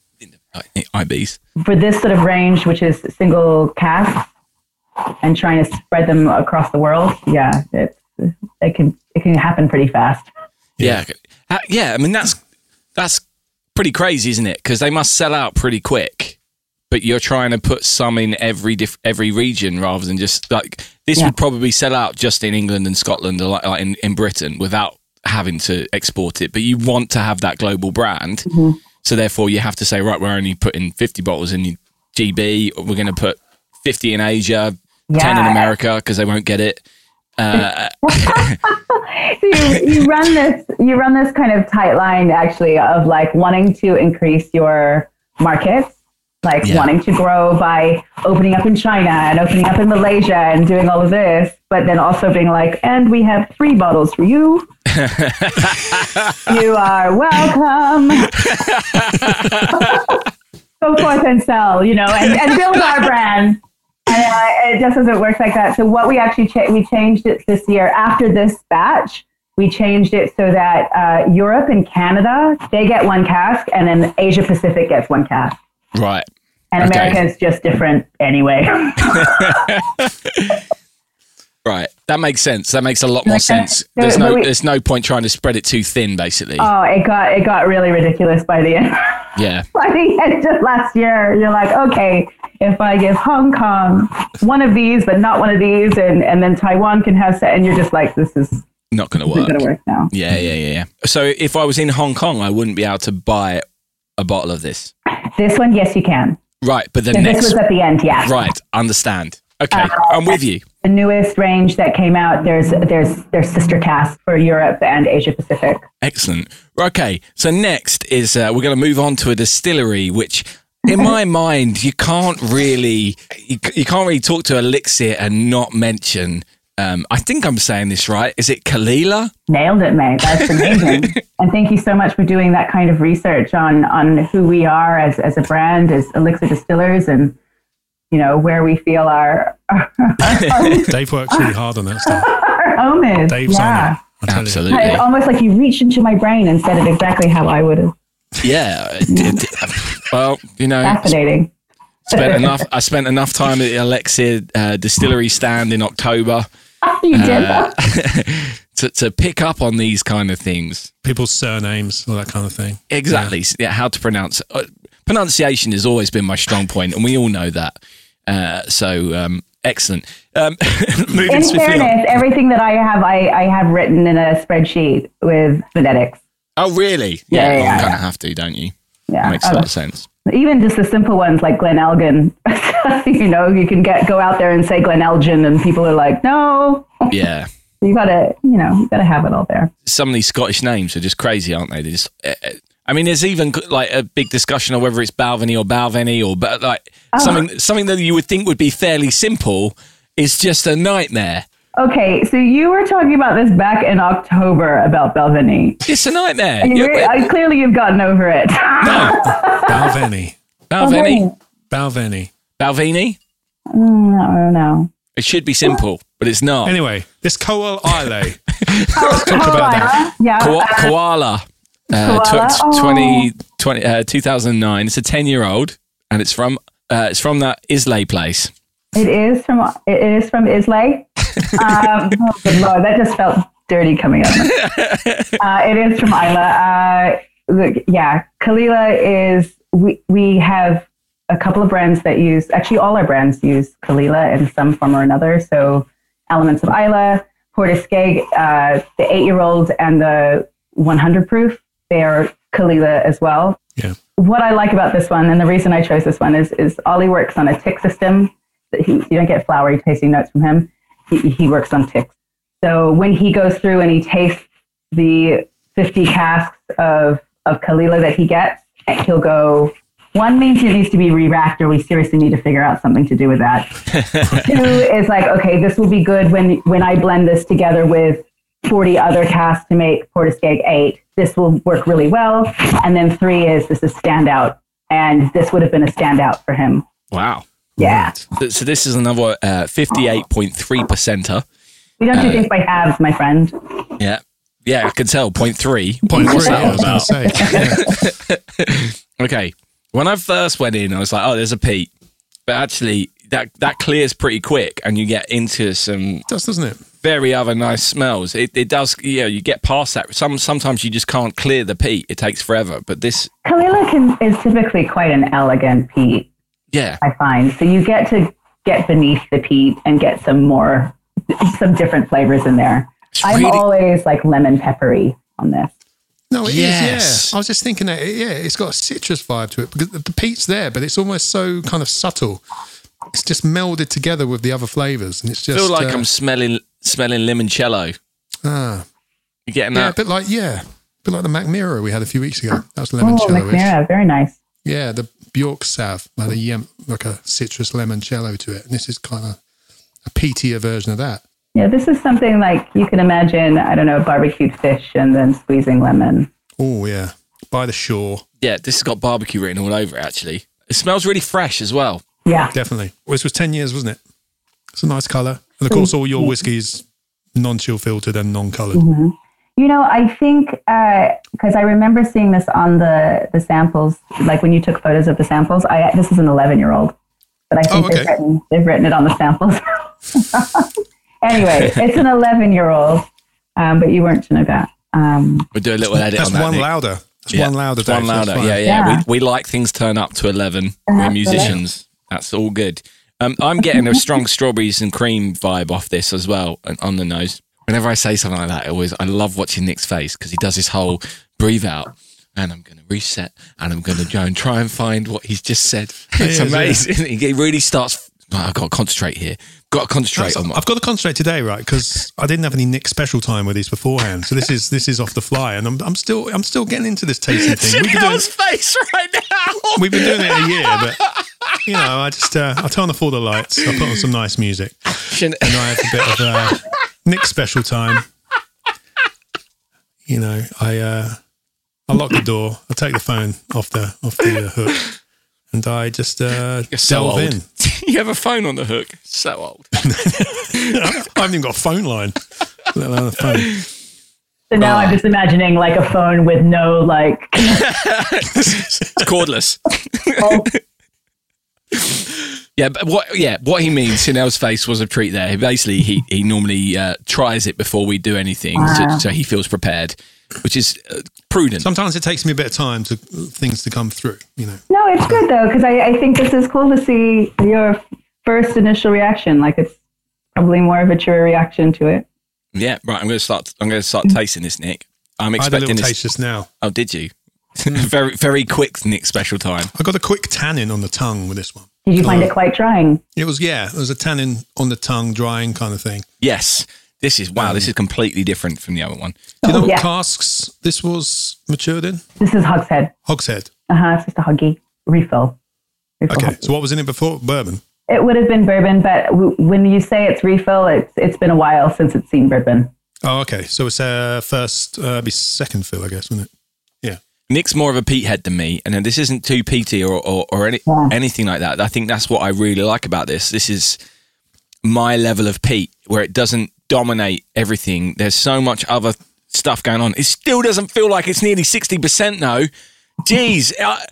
Speaker 2: uh, IBs.
Speaker 4: for this sort of range, which is single casts, and trying to spread them across the world. Yeah, it, it can it can happen pretty fast.
Speaker 2: Yeah, Uh, yeah. I mean, that's that's pretty crazy, isn't it? Because they must sell out pretty quick. But you're trying to put some in every diff- every region rather than just like this
Speaker 4: Yeah.
Speaker 2: would probably sell out just in England and Scotland or like, like in, in Britain without having to export it, but you want to have that global brand.
Speaker 4: Mm-hmm.
Speaker 2: So therefore, you have to say, right, we're only putting 50 bottles in GB. We're going to put 50 in Asia, 10 in
Speaker 4: Yeah.
Speaker 2: America because they won't get it. Uh,
Speaker 4: So you, you run this you run this kind of tight line actually of like wanting to increase your markets, like
Speaker 2: Yeah.
Speaker 4: wanting to grow by opening up in China and opening up in Malaysia and doing all of this, but then also being like, and we have three bottles for you. you are welcome. Go forth and sell, you know, and, and build our brand. And uh, it just doesn't work like that. So what we actually cha- we changed it this year after this batch. We changed it so that uh, Europe and Canada they get one cask, and then Asia Pacific gets one cask,
Speaker 2: right.
Speaker 4: and
Speaker 2: Okay.
Speaker 4: America is just different anyway.
Speaker 2: Right. That makes sense. That makes a lot more
Speaker 4: Like that.
Speaker 2: sense.
Speaker 4: No,
Speaker 2: There's
Speaker 4: but
Speaker 2: no
Speaker 4: we-
Speaker 2: there's no point trying to spread it too thin, basically.
Speaker 4: oh, it got it got really ridiculous by the end
Speaker 2: yeah.
Speaker 4: by the end of last year. You're like, okay, if I give Hong Kong one of these, but not one of these, and and then Taiwan can have set, and you're just like, this is
Speaker 2: Not going to
Speaker 4: not
Speaker 2: work.
Speaker 4: gonna work now.
Speaker 2: Yeah, yeah, yeah, yeah. So if I was in Hong Kong, I wouldn't be able to buy a bottle of this.
Speaker 4: This one, yes, you can.
Speaker 2: Right. But the
Speaker 4: And this
Speaker 2: next.
Speaker 4: was at the end, yeah.
Speaker 2: Right. Understand. Okay.
Speaker 4: Ah.
Speaker 2: I'm with you.
Speaker 4: the newest range that came out there's there's there's sister cast for europe and asia pacific
Speaker 2: Excellent. Okay, so next is uh, we're going to move on to a distillery, which in my mind you can't really you, c- you can't really talk to Elixir and not mention. Um, I think I'm saying this right. Is it Kalila?
Speaker 4: nailed it may that's amazing and thank you so much for doing that kind of research on on who we are as as a brand as elixir distillers and you know where we feel our our,
Speaker 1: Dave works really hard on that stuff.
Speaker 4: our home is
Speaker 1: Dave's on
Speaker 4: yeah
Speaker 1: it. I tell you.
Speaker 2: Absolutely.
Speaker 4: it's almost like you reached into my brain and said it exactly how i would have
Speaker 2: Yeah. it- it- well, you know,
Speaker 4: fascinating
Speaker 2: spent enough. I spent enough time at the Elixir uh, distillery stand in October
Speaker 4: you did
Speaker 2: Uh,
Speaker 4: that.
Speaker 2: to, to pick up on these kind of things.
Speaker 1: People's surnames, all that kind of thing.
Speaker 2: Exactly. Yeah, how to pronounce uh, pronunciation has always been my strong point, and we all know that. Uh, so um, excellent. Um, moving
Speaker 4: in
Speaker 2: swiftly on.
Speaker 4: fairness everything that i have i i have written in a spreadsheet with phonetics
Speaker 2: Oh, really?
Speaker 4: Yeah, yeah,
Speaker 2: you
Speaker 4: yeah, Uh, uh-huh.
Speaker 2: kind of have to, don't you?
Speaker 4: yeah
Speaker 2: Makes a lot of sense.
Speaker 4: even just the simple ones like Glen Elgin, you know, you can get go out there and say Glen Elgin, and people are like, no,
Speaker 2: Yeah.
Speaker 4: you gotta, you know, you gotta have it all there.
Speaker 2: Some of these Scottish names are just crazy, aren't they? They just. Uh, uh, I mean, there's even like a big discussion on whether it's Balvenie or Balvenie or but uh, like something something that you would think would be fairly simple is just a nightmare.
Speaker 4: Okay, so you were talking about this back in October about Belvini.
Speaker 2: It's a nightmare.
Speaker 4: And
Speaker 2: Yeah,
Speaker 4: you're- I, clearly, you've gotten over it.
Speaker 1: Balvenie.
Speaker 2: Balvenie,
Speaker 1: Balvenie.
Speaker 2: Balvenie.
Speaker 4: No, no, no.
Speaker 2: It should be simple, but it's not.
Speaker 1: Anyway, this Coel Isle.
Speaker 4: Oh,
Speaker 1: about
Speaker 4: yeah,
Speaker 1: that.
Speaker 4: yeah.
Speaker 2: Ko- koala. Uh,
Speaker 4: Koala?
Speaker 2: tw- tw- 20, 20, uh, 2009. It's a 10 year old and it's from uh, it's from that Islay place.
Speaker 4: It is from it is from Islay. Um, oh, good lord, that just felt dirty coming up. Uh, it is from Isla. Uh, look, yeah, Kalila is. We we have a couple of brands that use. Actually, all our brands use Kalila in some form or another. So, elements of Isla, Portiskeag, uh, the eight-year-old, and the 100 proof. They are Kalila as well
Speaker 1: Yeah.
Speaker 4: what I like about this one, and the reason I chose this one is, is Ollie works on a tick system. That he, you don't get flowery tasting notes from him. He, he works on ticks. So when he goes through and he tastes the 50 casks of, of Kalila that he gets, he'll go, one means it needs to be re-racked or we seriously need to figure out something to do with that. Two is like, okay, this will be good when, when I blend this together with 40 other casts to make Portiskeag 8. This will work really well. And then three is this is standout. And this would have been a standout for him.
Speaker 2: Wow.
Speaker 4: Yeah.
Speaker 2: So, so this is another uh, 58.3%er.
Speaker 4: We don't do things by halves, my friend.
Speaker 2: Yeah. Yeah, I can tell. 0.3.
Speaker 1: Point
Speaker 2: What's
Speaker 1: three,
Speaker 2: that
Speaker 1: I
Speaker 2: all
Speaker 1: was going
Speaker 2: about?
Speaker 1: to say. Yeah.
Speaker 2: Okay. When I first went in, I was like, oh, there's a peat. But actually, that, that clears pretty quick and you get into some
Speaker 1: It does, doesn't it?
Speaker 2: very other nice smells. It, it does, yeah, you get past that. Some Sometimes you just can't clear the peat, it takes forever. But this,
Speaker 4: Kalila can, is typically quite an elegant peat,
Speaker 2: yeah.
Speaker 4: I find. So you get to get beneath the peat and get some more, some different flavors in there. I'm
Speaker 2: really-
Speaker 4: always like lemon peppery. on this.
Speaker 1: No, it is.
Speaker 2: Yes.
Speaker 1: Yeah, I was just thinking that. Yeah, it's got a citrus vibe to it because the- the peat's there, but it's almost so kind of subtle. It's just melded together with the other flavors, and it's
Speaker 2: I
Speaker 1: just
Speaker 2: feel like
Speaker 1: uh,
Speaker 2: I'm smelling smelling limoncello.
Speaker 1: ah,
Speaker 2: You getting
Speaker 1: yeah, a
Speaker 2: that?
Speaker 1: bit like yeah, a bit like the Mac Mirror we had a few weeks ago. That was
Speaker 4: Oh,
Speaker 1: limoncello.
Speaker 4: McNair, very nice.
Speaker 1: Yeah, the Bjork Sav had a yam, like a citrus limoncello to it, and this is kind of a peatier version of that.
Speaker 4: Yeah, this is something like you can imagine, I don't know, barbecued fish and then squeezing lemon.
Speaker 1: Oh yeah, by the shore,
Speaker 2: yeah, this has got barbecue written all over it, actually. It smells really fresh as well.
Speaker 4: Yeah.
Speaker 1: definitely. Well, this was ten years, wasn't it? It's a nice color, and of course, all your whiskies non-chill filtered and non-colored.
Speaker 4: You know, I think because I remember seeing this on the the samples, like when you took photos of the samples. I this is an eleven year old, but I think
Speaker 1: Oh,
Speaker 4: they've
Speaker 1: okay.
Speaker 4: written they've written it on the samples. anyway, it's an eleven year old, um, but you weren't to know that. Um,
Speaker 2: We'll do a little edit
Speaker 1: That's
Speaker 2: on that.
Speaker 1: one
Speaker 2: Nick.
Speaker 1: louder. That's
Speaker 2: Yeah,
Speaker 1: one louder.
Speaker 2: it's one
Speaker 1: Dave, that's
Speaker 2: louder.
Speaker 1: fine.
Speaker 2: Yeah, yeah.
Speaker 4: Yeah.
Speaker 2: We, we like things turn up to 11. We're
Speaker 4: Uh-huh.
Speaker 2: musicians. That's all good. Um, I'm getting a strong strawberries and cream vibe off this as well and on the nose. Whenever I say something like that, I always I love watching Nick's face because he does his whole breathe out and I'm going to reset and I'm going to go and try and find what he's just said. It's
Speaker 1: is, yeah.
Speaker 2: amazing. He really starts. "Oh, I've got to concentrate here. Got to concentrate
Speaker 1: That's-
Speaker 2: on my.
Speaker 1: I've got to concentrate today, right? Because I didn't have any Nick special time with these beforehand, so this is this is off the fly, and I'm, I'm still I'm still getting into this tasting thing. We've been, doing,
Speaker 2: Chanel's face right now.
Speaker 1: we've been doing it a year, but you know, I just uh, I turn off all the lights, I put on some nice music,
Speaker 2: Chan-
Speaker 1: and I have a bit of uh, Nick special time. You know, I uh, I lock the door, I take the phone off the off the uh, hook, and I just uh,
Speaker 2: You're so
Speaker 1: delve
Speaker 2: old.
Speaker 1: in.
Speaker 2: you have a phone on the hook. So old.
Speaker 1: I haven't even got a phone line, let alone a phone.
Speaker 4: so now
Speaker 1: Oh.
Speaker 4: I'm just imagining like a phone with no like.
Speaker 2: It's cordless. yeah, but what? Yeah, what he means. Chanel's face was a treat there. Basically, he he normally uh, tries it before we do anything, so, so he feels prepared, which is uh, prudent.
Speaker 1: sometimes it takes me a bit of time to things to come through. You know,
Speaker 4: No, it's good though because I, I think this is cool to see your first initial reaction. Like it's probably more of a true reaction to it.
Speaker 2: yeah, right. I'm going to start. I'm going to start tasting this, Nick. I'm
Speaker 1: I had a little
Speaker 2: expecting this.
Speaker 1: taste just now.
Speaker 2: Oh, did you? very very quick, Nick. Special time.
Speaker 1: I got a quick tannin on the tongue with this one.
Speaker 4: Did you find it quite trying?
Speaker 1: It was yeah, it was a tannin on the tongue, drying kind of thing.
Speaker 2: Yes. This is wow.
Speaker 1: Um,
Speaker 2: this is completely different from the other one.
Speaker 1: Do you know what
Speaker 4: Oh, yeah.
Speaker 1: casks this was matured in?
Speaker 4: This is Hogshead.
Speaker 1: Hogshead.
Speaker 4: Uh huh. It's just a hoggy refill. refill
Speaker 1: Okay,
Speaker 4: hoggy.
Speaker 1: so what was in it before? Bourbon.
Speaker 4: It would have been bourbon, but w- when you say it's refill, it's it's been a while since it's seen bourbon.
Speaker 1: Oh, okay. So it's uh, first, uh, be second fill, I guess, wouldn't it?
Speaker 2: Nick's more of a peat head than me, and then this isn't too peaty or or, or any,
Speaker 4: Yeah.
Speaker 2: anything like that. I think that's what I really like about this. This is my level of peat, where it doesn't dominate everything. There's so much other stuff going on. It still doesn't feel like it's nearly sixty percent, though. Jeez, I,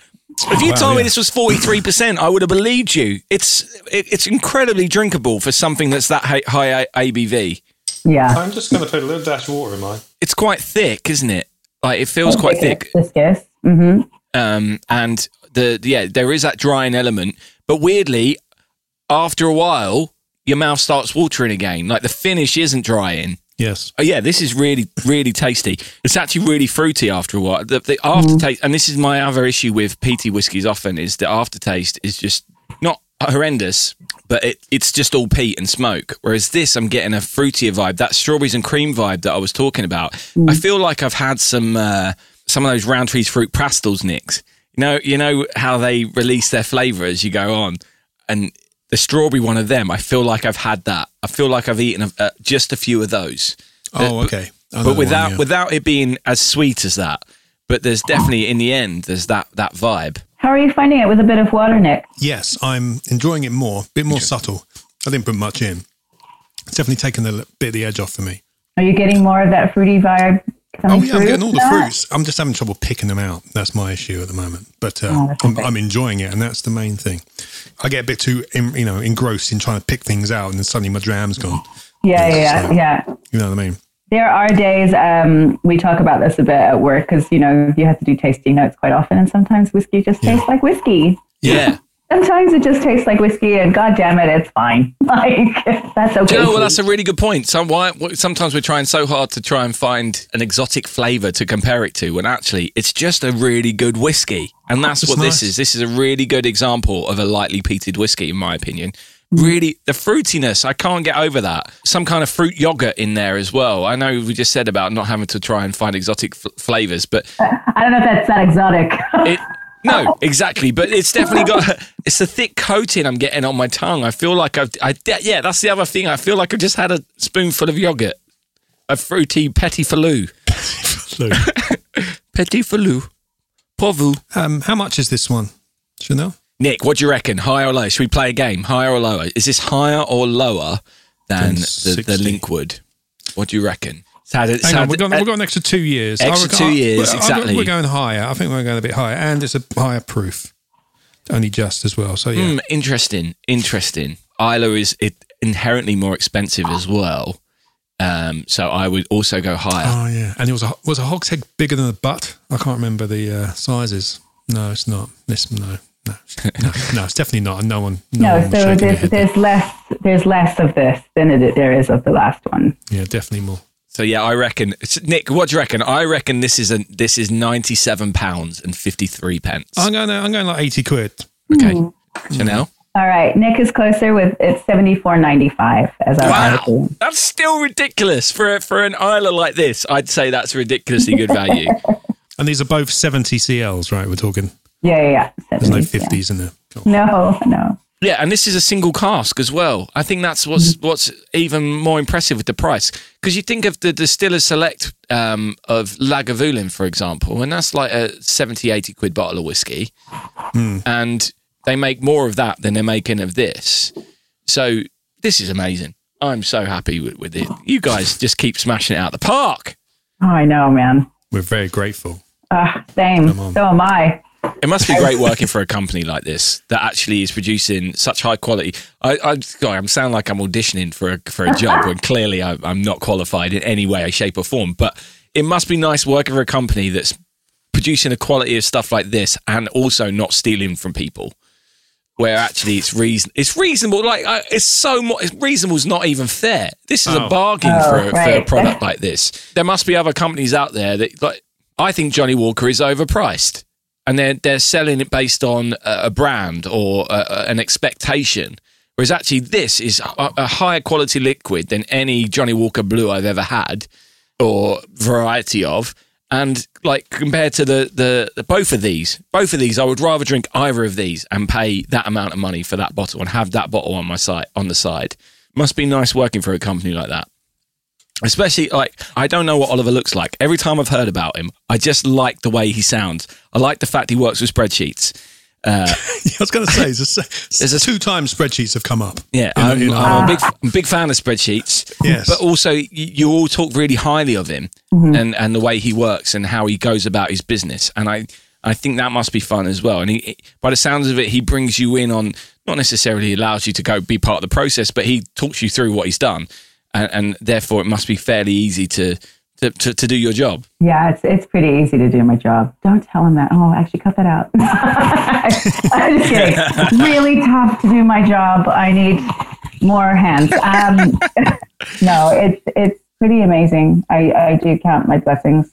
Speaker 2: if you
Speaker 1: Wow,
Speaker 2: told me
Speaker 1: yeah.
Speaker 2: this was forty three percent, I would have believed you. It's it, it's incredibly drinkable for something that's that high, high A- ABV.
Speaker 4: Yeah.
Speaker 1: I'm just going to put a little dash of water in mine.
Speaker 2: It's quite thick, isn't it? Like it feels quite thick.
Speaker 4: Viscous. Mm-hmm.
Speaker 2: um, and the yeah, there is that drying element. But weirdly, after a while, your mouth starts watering again. Like the finish isn't drying.
Speaker 1: Yes.
Speaker 2: Oh yeah, this is really really tasty. It's actually really fruity after a while. The, the aftertaste, and this is my other issue with peaty whiskies often is the aftertaste is just not horrendous, but it, it's just all peat and smoke. Whereas this, I'm getting a fruitier vibe, that strawberries and cream vibe that I was talking about. I feel like I've had some uh, some of those Roundtree's fruit pastels, Nicks. You know, you know how they release their flavour as you go on, and the strawberry one of them. I feel like I've had that. I feel like I've eaten a, uh, just a few of those
Speaker 1: Oh, okay. Another
Speaker 2: Uh, but
Speaker 1: one,
Speaker 2: without
Speaker 1: yeah.
Speaker 2: without it being as sweet as that. But there's definitely in the end there's that that vibe.
Speaker 4: How are you finding it with a bit of water, Nick?
Speaker 1: yes, I'm enjoying it more, a bit more subtle. I didn't put much in. It's definitely taken a li- bit of the edge off for me.
Speaker 4: Are you getting more of that fruity vibe?
Speaker 1: Oh
Speaker 4: coming
Speaker 1: yeah, I'm
Speaker 4: through
Speaker 1: getting all the
Speaker 4: from that?
Speaker 1: fruits. I'm just having trouble picking them out. That's my issue at the moment. But uh,
Speaker 4: Oh, that's
Speaker 1: I'm,
Speaker 4: okay.
Speaker 1: I'm enjoying it, and that's the main thing. I get a bit too, em- you know, engrossed in trying to pick things out, and then suddenly my dram's gone.
Speaker 4: Yeah, yeah, yeah. yeah.
Speaker 1: You know what I mean?
Speaker 4: There are days um, we talk about this a bit at work because you know you have to do tasting notes quite often, and sometimes whiskey just tastes like whiskey.
Speaker 2: Yeah.
Speaker 4: Sometimes it just tastes like whiskey, and God damn it, it's fine. Like that's okay.
Speaker 2: Do you know, well,
Speaker 4: too.
Speaker 2: that's a really good point. Some, why, wh- sometimes we're trying so hard to try and find an exotic flavour to compare it to, when actually it's just a really good whiskey. And that's
Speaker 1: It's
Speaker 2: what
Speaker 1: nice.
Speaker 2: this is. This is a really good example of a lightly peated whiskey, in my opinion. Really, the fruitiness, I can't get over that. Some kind of fruit yogurt in there as well. I know we just said about not having to try and find exotic f- flavours, but
Speaker 4: I don't know if that's that exotic.
Speaker 2: it, no, exactly. But it's definitely got it's a thick coating I'm getting on my tongue. I feel like I've I, that- yeah, that's the other thing. I feel like I've just had a spoonful of yogurt, a fruity petit falou,
Speaker 1: Lou.
Speaker 2: petit falou, pavu.
Speaker 1: um, how much is this one? Chanel?
Speaker 2: Nick, what do you reckon? High or low? Should we play a game? Higher or lower? Is this higher or lower
Speaker 1: Than
Speaker 2: than the, the
Speaker 1: 60.
Speaker 2: Linkwood? What do you reckon? It's had a- it's
Speaker 1: Hang on,
Speaker 2: had
Speaker 1: we've got,
Speaker 2: a-
Speaker 1: we've got an extra two years. I
Speaker 2: uh, Extra
Speaker 1: reckon-
Speaker 2: two
Speaker 1: I-
Speaker 2: years,
Speaker 1: I- I reckon
Speaker 2: exactly.
Speaker 1: We're going higher. I think we're going a bit higher, and it's a higher proof, only just as well. So yeah,
Speaker 2: Hmm, interesting, interesting. Isla is it inherently more expensive as well. Um, so I would also go higher.
Speaker 1: Oh yeah, and it was a was a hogshead bigger than a butt. I can't remember the uh, sizes. No, it's not. This no, no, no, no. It's definitely not. And no one, no,
Speaker 4: no,
Speaker 1: one was
Speaker 4: so
Speaker 1: shaking their
Speaker 4: there's,
Speaker 1: head.
Speaker 4: there's less there's less of this than it, there is of the last one.
Speaker 1: yeah, definitely more.
Speaker 2: So yeah, I reckon S- Nick. What do you reckon? I reckon this is a this is ninety seven pounds and fifty three pence.
Speaker 1: I'm going. I'm going like eighty quid.
Speaker 2: okay, Chanel.
Speaker 4: All right, Nick is closer with it's seventy four ninety five as I was
Speaker 2: Wow,
Speaker 4: saying.
Speaker 2: that's still ridiculous for a- for an Isla like this. I'd say that's ridiculously good value.
Speaker 1: And these are both seventy CLs, right? We're talking.
Speaker 4: Yeah, yeah, yeah.
Speaker 1: There's no
Speaker 4: 70s, yeah.
Speaker 1: fifties in there. Cool.
Speaker 4: No, no.
Speaker 2: yeah, and this is a single cask as well. I think that's what's what's even more impressive with the price because you think of the distiller select um, of Lagavulin, for example, and that's like a 70, 80 quid bottle of whiskey, and they make more of that than they're making of this. So this is amazing. I'm so happy with, with it. You guys just keep smashing it out the park.
Speaker 4: Oh, I know, man.
Speaker 1: We're very grateful.
Speaker 4: Uh, same. So am I.
Speaker 2: It must be great working for a company like this that actually is producing such high quality. I, I, sorry, I'm sound like I'm auditioning for a, for a job when clearly I, I'm not qualified in any way, shape, or form. But it must be nice working for a company that's producing a quality of stuff like this and also not stealing from people. Where actually it's reason it's reasonable. Like I, it's so much it's reasonable's not even fair. This is a
Speaker 1: Oh.
Speaker 2: bargain
Speaker 4: Oh,
Speaker 2: for, a, for a
Speaker 4: right.
Speaker 2: product like this. There must be other companies out there that like I think Johnny Walker is overpriced and they're they're selling it based on a, a brand or a, a- an expectation. Whereas actually, this is a, a higher quality liquid than any Johnny Walker Blue I've ever had or variety of. And like compared to the, the the both of these, both of these, I would rather drink either of these and pay that amount of money for that bottle and have that bottle on my side on the side. Must be nice working for a company like that. Especially like I don't know what Oliver looks like. Every time I've heard about him, I just like the way he sounds. I like the fact he works with spreadsheets.
Speaker 1: I was going to say, it's a,
Speaker 2: There's a-
Speaker 1: two times spreadsheets have come up.
Speaker 2: Yeah,
Speaker 1: In-
Speaker 2: I'm,
Speaker 1: in
Speaker 2: I'm
Speaker 1: our-
Speaker 2: a big I'm a big fan of spreadsheets.
Speaker 1: Yes.
Speaker 2: but also you, you all talk really highly of him and and the way he works and how he goes about his business. And I I think that must be fun as well. And he, by the sounds of it, he brings you in on not necessarily allows you to go be part of the process, but he talks you through what he's done, and, and therefore it must be fairly easy to to, to, to do your job.
Speaker 4: Yeah, it's it's pretty easy to do my job. Don't tell him that. Oh, actually, cut that out. I'm just kidding. Really tough to do my job. I need more hands. Um, no, it's it's pretty amazing. I, I do count my blessings.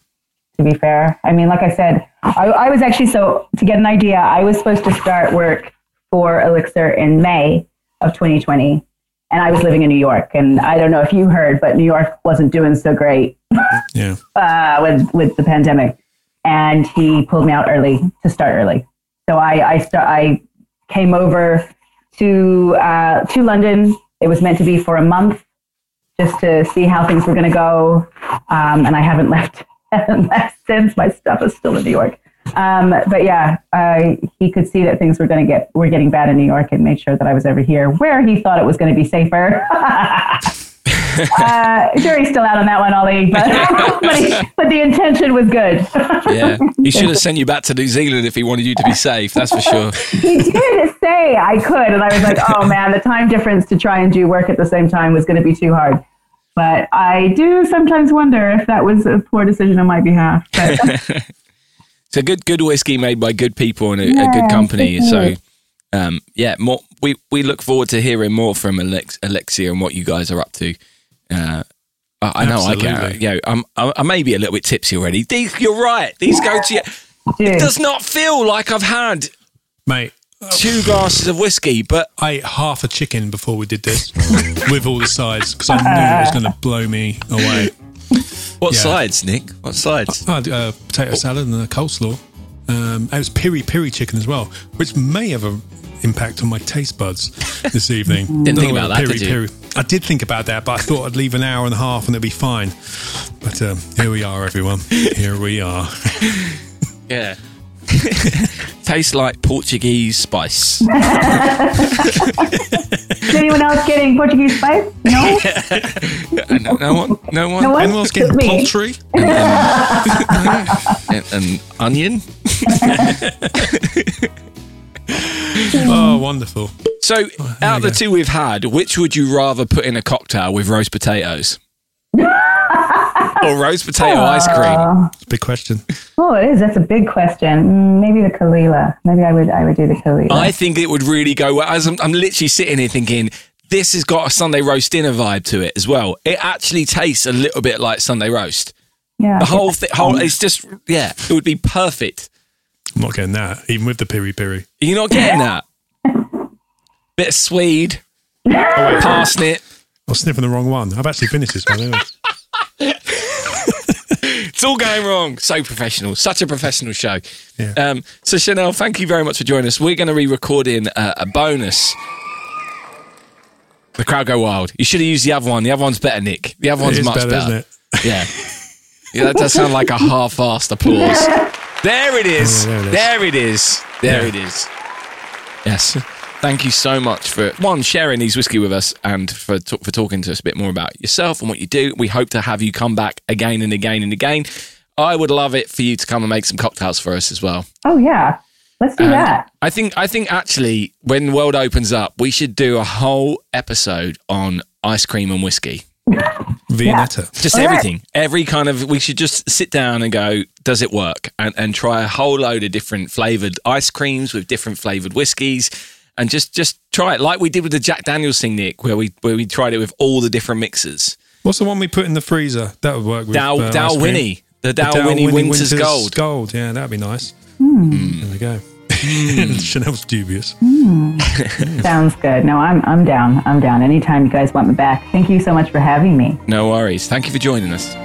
Speaker 4: To be fair, I mean, like I said, I, I was actually so to get an idea. I was supposed to start work for Elixir in May of 2020, and I was living in New York. And I don't know if you heard, but New York wasn't doing so great
Speaker 1: Yeah.
Speaker 4: uh, with with the pandemic, and he pulled me out early to start early. So I I start I came over to uh, to London. It was meant to be for a month, just to see how things were going to go, um, and I haven't left, haven't left since. My stuff is still in New York. Um, but yeah, uh, he could see that things were going to get were getting bad in New York, and made sure that I was over here where he thought it was going to be safer. uh, jury's still out on that one, Ollie. But, but, he, but the intention was good.
Speaker 2: Yeah, he should have sent you back to New Zealand if he wanted you to be safe. That's for sure.
Speaker 4: he did say I could, and I was like, oh man, the time difference to try and do work at the same time was going to be too hard. But I do sometimes wonder if that was a poor decision on my behalf. But
Speaker 2: It's a good good whiskey made by good people and a, a
Speaker 4: Yeah,
Speaker 2: good company.
Speaker 4: it
Speaker 2: So
Speaker 4: is.
Speaker 2: um, yeah, more we, we look forward to hearing more from Alex, Alexia and what you guys are up to. Uh, I, I know I
Speaker 1: Absolutely.
Speaker 2: get, yeah, I'm, I, I may be a little bit tipsy already. These, you're right. These go to It does not feel like I've had
Speaker 1: Mate,
Speaker 2: two glasses of whiskey, but
Speaker 1: I ate half a chicken before we did this with all the sides because I knew it was going to blow me away.
Speaker 2: what
Speaker 1: Yeah.
Speaker 2: sides, Nick? What sides?
Speaker 1: I had uh, potato salad and a coleslaw. Um, and it was piri piri chicken as well, which may have an impact on my taste buds this evening.
Speaker 2: Didn't think
Speaker 1: Don't know
Speaker 2: about
Speaker 1: whether
Speaker 2: that, did you?
Speaker 1: I did think about that, but I thought I'd leave an hour and a half and it'd be fine. But um, here we are, everyone. Here we are.
Speaker 2: Yeah. Tastes like Portuguese spice.
Speaker 4: Is anyone else getting Portuguese spice? No?
Speaker 2: No, no one, no one,
Speaker 4: No one?
Speaker 1: Anyone else getting
Speaker 4: Me.
Speaker 1: poultry?
Speaker 2: um, and, and onion.
Speaker 1: Oh, wonderful.
Speaker 2: So, out of the two we've had, which would you rather put in a cocktail with roast potatoes? or roast potato ice cream?
Speaker 1: It's a big question.
Speaker 4: Oh, it is. That's a big question. Mm, Maybe the Kalila. Maybe I would. I would do the Kalila.
Speaker 2: I think it would really go well. As I'm, I'm literally sitting here thinking, this has got a Sunday roast dinner vibe to it as well. It actually tastes a little bit like Sunday roast.
Speaker 4: yeah.
Speaker 2: The whole thing, whole, it's just, yeah, it would be perfect.
Speaker 1: I'm not getting that, even with the piri piri.
Speaker 2: You're not getting that. Bit of swede, parsnip.
Speaker 1: I was sniffing the wrong one. I've actually finished this one. haven't I?
Speaker 2: It's all going wrong. So professional. Such a professional show.
Speaker 1: Yeah.
Speaker 2: Um, so, Chanel, thank you very much for joining us. We're going to be recording uh, a bonus. The crowd go wild. You should have used the other one. The other one's better, Nick. The other
Speaker 1: It
Speaker 2: one's
Speaker 1: is
Speaker 2: much better.
Speaker 1: better, isn't it?
Speaker 2: Yeah. yeah. That does sound like a half assed applause. There it is.
Speaker 1: Yeah,
Speaker 2: there it is. There
Speaker 1: Yeah.
Speaker 2: it is. Yes. Thank you so much for one sharing these whiskey with us and for ta- for talking to us a bit more about yourself and what you do. We hope to have you come back again and again and again. I would love it for you to come and make some cocktails for us as well.
Speaker 4: Oh yeah. Let's do that.
Speaker 2: I think I think actually when the world opens up, we should do a whole episode on ice cream and whiskey.
Speaker 1: Viennetta.
Speaker 2: Just
Speaker 4: All right.
Speaker 2: everything. Every kind of, we should just sit down and go, does it work? And, and try a whole load of different flavored ice creams with different flavored whiskies and just, just try it. Like we did with the Jack Daniels thing, Nick, where we, where we tried it with all the different mixers.
Speaker 1: What's the one we put in the freezer? That would work with
Speaker 2: Dow,
Speaker 1: uh, ice
Speaker 2: Dow
Speaker 1: cream.
Speaker 2: Winnie, the Dow,
Speaker 1: The
Speaker 2: Winnie, Winter's, Gold.
Speaker 1: Gold, yeah, that'd be nice. There we go.
Speaker 2: Hmm.
Speaker 1: Chanel's dubious.
Speaker 4: Sounds good. No, I'm. I'm down. I'm down. Anytime you guys want me back. Thank you so much for having me.
Speaker 2: No worries. Thank you for joining us.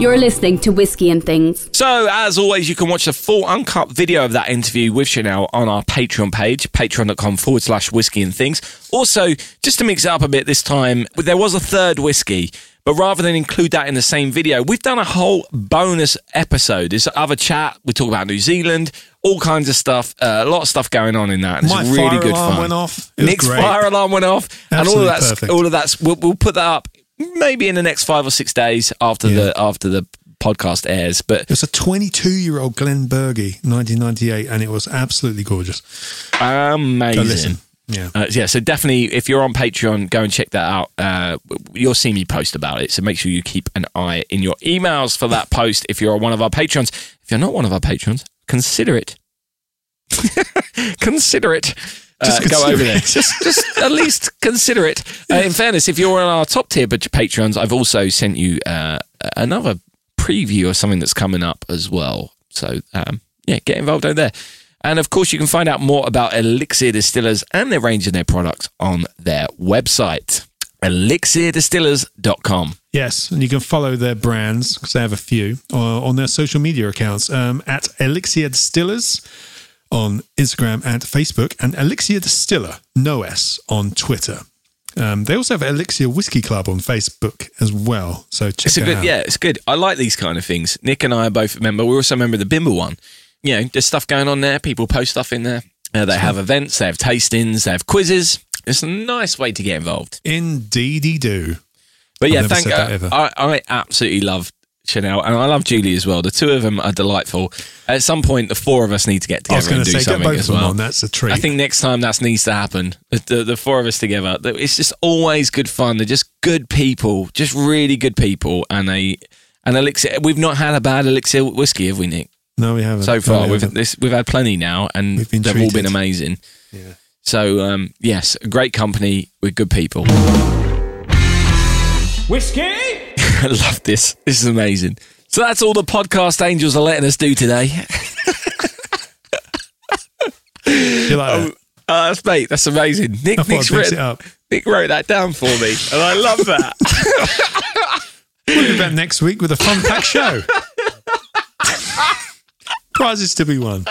Speaker 6: You're listening to Whiskey and Things.
Speaker 2: So, as always, you can watch the full uncut video of that interview with Chanel on our Patreon page, patreon.com forward slash whiskey and things. Also, just to mix it up a bit this time, there was a third whiskey, but rather than include that in the same video, we've done a whole bonus episode. There's other chat, we talk about New Zealand, all kinds of stuff, uh, a lot of stuff going on in that. and It's
Speaker 1: My
Speaker 2: really
Speaker 1: fire
Speaker 2: good
Speaker 1: alarm
Speaker 2: fun.
Speaker 1: went off. It was
Speaker 2: Nick's
Speaker 1: great.
Speaker 2: fire alarm went off, and all
Speaker 1: Absolutely
Speaker 2: of that's
Speaker 1: perfect.
Speaker 2: all of that's. We'll, we'll put that up maybe in the next five or six days after the after the podcast airs, but.
Speaker 1: It's a 22 year old Glenn Berge, 1998, and it was absolutely gorgeous. Go
Speaker 2: amazing.
Speaker 1: listen. Yeah.
Speaker 2: Uh, yeah, so definitely, if you're on Patreon, go and check that out. Uh, w- you'll see me post about it, so make sure you keep an eye in your emails for that post. If you're one of our patrons, if you're not one of our patrons, consider it. consider it. Uh,
Speaker 1: Just
Speaker 2: go
Speaker 1: consider
Speaker 2: over there.
Speaker 1: it.
Speaker 2: Just, just at least consider it. Uh, in fairness, if you're one of our top tier pat- patrons, I've also sent you uh, another preview of something that's coming up as well. So um, yeah, get involved over there. And of course, you can find out more about Elixir Distillers and their range and their products on their website, elixirdistillers.com.
Speaker 1: Yes, and you can follow their brands because they have a few uh, on their social media accounts um, at Elixir Distillers on Instagram and Facebook, and Elixir Distiller no S on Twitter. Um, they also have Elixir Whiskey Club on Facebook as well. So check
Speaker 2: It's a
Speaker 1: that
Speaker 2: good,
Speaker 1: out.
Speaker 2: yeah, it's good. I like these kind of things. Nick and I are both member. We're also a member of the Bimble one. You know, there's stuff going on there. People post stuff in there. Uh, they have events, they have tastings, they have quizzes. It's a nice way to get involved.
Speaker 1: Indeedy do.
Speaker 2: But yeah,
Speaker 1: I've never
Speaker 2: thank
Speaker 1: said that ever.
Speaker 2: I, I absolutely love Chanel and I love Julie as well. The two of them are delightful. At some point, the four of us need to get
Speaker 1: I was
Speaker 2: together
Speaker 1: going
Speaker 2: and
Speaker 1: to
Speaker 2: do
Speaker 1: say, get
Speaker 2: something
Speaker 1: both of
Speaker 2: as
Speaker 1: them
Speaker 2: well.
Speaker 1: on. That's a treat.
Speaker 2: I think next time that needs to happen. The, the, the four of us together. That- It's just always good fun. They're just good people, just really good people. And they, and elixir. We've not had a bad elixir whiskey, have we, Nick?
Speaker 1: No, we haven't.
Speaker 2: so
Speaker 1: No,
Speaker 2: far.
Speaker 1: we
Speaker 2: we've
Speaker 1: haven't.
Speaker 2: this, we've had plenty now, and
Speaker 1: We've been
Speaker 2: they've all been
Speaker 1: treated.
Speaker 2: amazing. Yeah. So um, yes, a great company with good people.
Speaker 7: Whiskey?
Speaker 2: I love this. This is amazing. So that's all the podcast angels are letting us do today.
Speaker 1: You like that?
Speaker 2: Uh, that's mate, that's amazing. Nick,
Speaker 1: I thought
Speaker 2: Nick's
Speaker 1: I'd mix
Speaker 2: written,
Speaker 1: it up.
Speaker 2: Nick wrote that down for me, and I love that.
Speaker 1: We'll be back next week with a fun packed show. prizes to be won.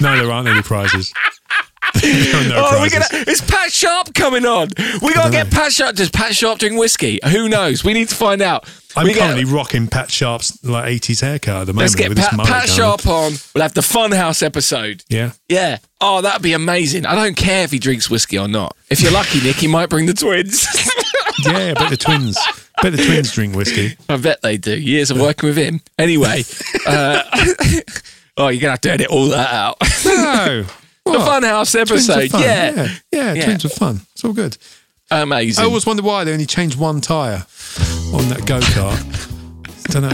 Speaker 1: No, there aren't any prizes. there are no
Speaker 2: oh, we
Speaker 1: prizes.
Speaker 2: gonna, is Pat Sharp coming on? We gotta get Pat Sharp. Does Pat Sharp drink whiskey? Who knows? We need to find out.
Speaker 1: I'm
Speaker 2: we get-
Speaker 1: currently rocking Pat Sharp's like 80s haircut at the moment.
Speaker 2: let's get
Speaker 1: with this
Speaker 2: Pat,
Speaker 1: mullet
Speaker 2: Pat
Speaker 1: going on.
Speaker 2: Sharp on. We'll have the Funhouse episode.
Speaker 1: Yeah.
Speaker 2: Yeah. Oh, that'd be amazing. I don't care if he drinks whiskey or not. If you're lucky, Nick, he might bring the twins.
Speaker 1: Yeah, I bet the twins. I bet the twins drink whiskey.
Speaker 2: I bet they do. Years of working with him. Anyway. Uh, oh, you're gonna have to edit all that out.
Speaker 1: No.
Speaker 2: the Funhouse
Speaker 1: Oh, Twins are
Speaker 2: episode.
Speaker 1: fun.
Speaker 2: Yeah.
Speaker 1: Yeah, yeah,
Speaker 2: Yeah.
Speaker 1: twins are fun. It's all good.
Speaker 2: Amazing.
Speaker 1: I always wonder why they only changed one tyre on that go kart. don't know.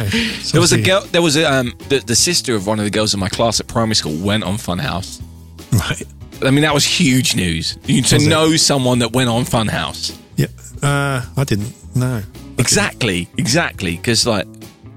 Speaker 2: there was a girl. There was a um, the, the sister of one of the girls in my class at primary school went on Funhouse.
Speaker 1: Right.
Speaker 2: I mean, that was huge news. You to
Speaker 1: Was it?
Speaker 2: know someone that went on Funhouse.
Speaker 1: Yeah. Uh, I didn't. No.
Speaker 2: Exactly. Exactly. Because like,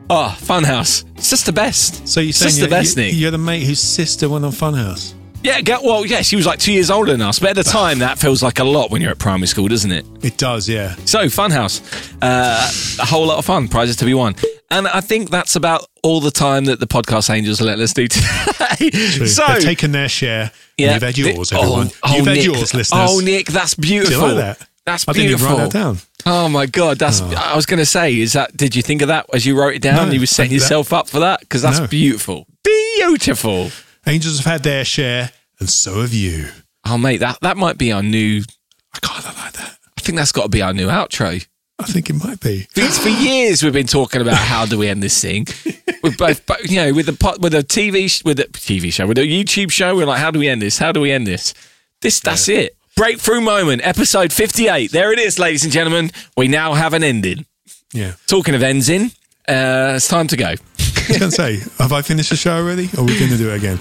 Speaker 2: oh, Funhouse. It's just the best.
Speaker 1: So you're
Speaker 2: It's
Speaker 1: saying
Speaker 2: just
Speaker 1: you're,
Speaker 2: the best
Speaker 1: you-
Speaker 2: Nick.
Speaker 1: you're the mate whose sister went on Funhouse.
Speaker 2: Yeah, go, well, yeah, she was like two years older than us, but at the time, that feels like a lot when you're at primary school, doesn't it?
Speaker 1: It does, yeah.
Speaker 2: So, Funhouse, uh, a whole lot of fun, prizes to be won, and I think that's about all the time that the podcast angels let us do today.
Speaker 1: True.
Speaker 2: so,
Speaker 1: They've taken their share. Yeah, you've had
Speaker 2: the-
Speaker 1: yours, everyone.
Speaker 2: Oh,
Speaker 1: you've
Speaker 2: oh,
Speaker 1: had
Speaker 2: Nick,
Speaker 1: yours, listeners.
Speaker 2: Oh, Nick, that's beautiful.
Speaker 1: that?
Speaker 2: That's
Speaker 1: I didn't even
Speaker 2: beautiful.
Speaker 1: write that down.
Speaker 2: Oh my god, that's. I was going to say, is that? Did you think of that as you wrote it down?
Speaker 1: No,
Speaker 2: you were setting
Speaker 1: I- that-
Speaker 2: yourself up for that because that's
Speaker 1: No.
Speaker 2: beautiful, beautiful.
Speaker 1: Angels have had their share, and so have you.
Speaker 2: Oh mate, that that might be our new.
Speaker 1: I kind of like that.
Speaker 2: I think that's got to be our new outro.
Speaker 1: I think it might be.
Speaker 2: It's for years we've been talking about how do we end this thing. We're both, but, you know, with the po- with a TV sh- with a TV show with a YouTube show, we're like, how do we end this? How do we end this? This that's it. Breakthrough moment, episode fifty-eight. There it is, ladies and gentlemen. We now have an ending.
Speaker 1: Yeah.
Speaker 2: Talking of ends in, uh, it's time to go.
Speaker 1: I was going to say, have I finished the show already? Or are we going to do it again?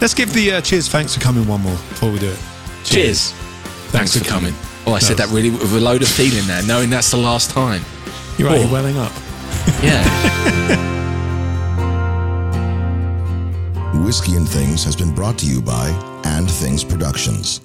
Speaker 1: Let's give the uh, cheers. Thanks for coming one more before we do it.
Speaker 2: Cheers. Thanks, for coming. Oh, I said
Speaker 1: was-
Speaker 2: that really with a load of feeling there, knowing that's the last time.
Speaker 1: You're right,
Speaker 2: Oh.
Speaker 1: you're welling up.
Speaker 2: Yeah.
Speaker 8: Whiskey and Things has been brought to you by And Things Productions.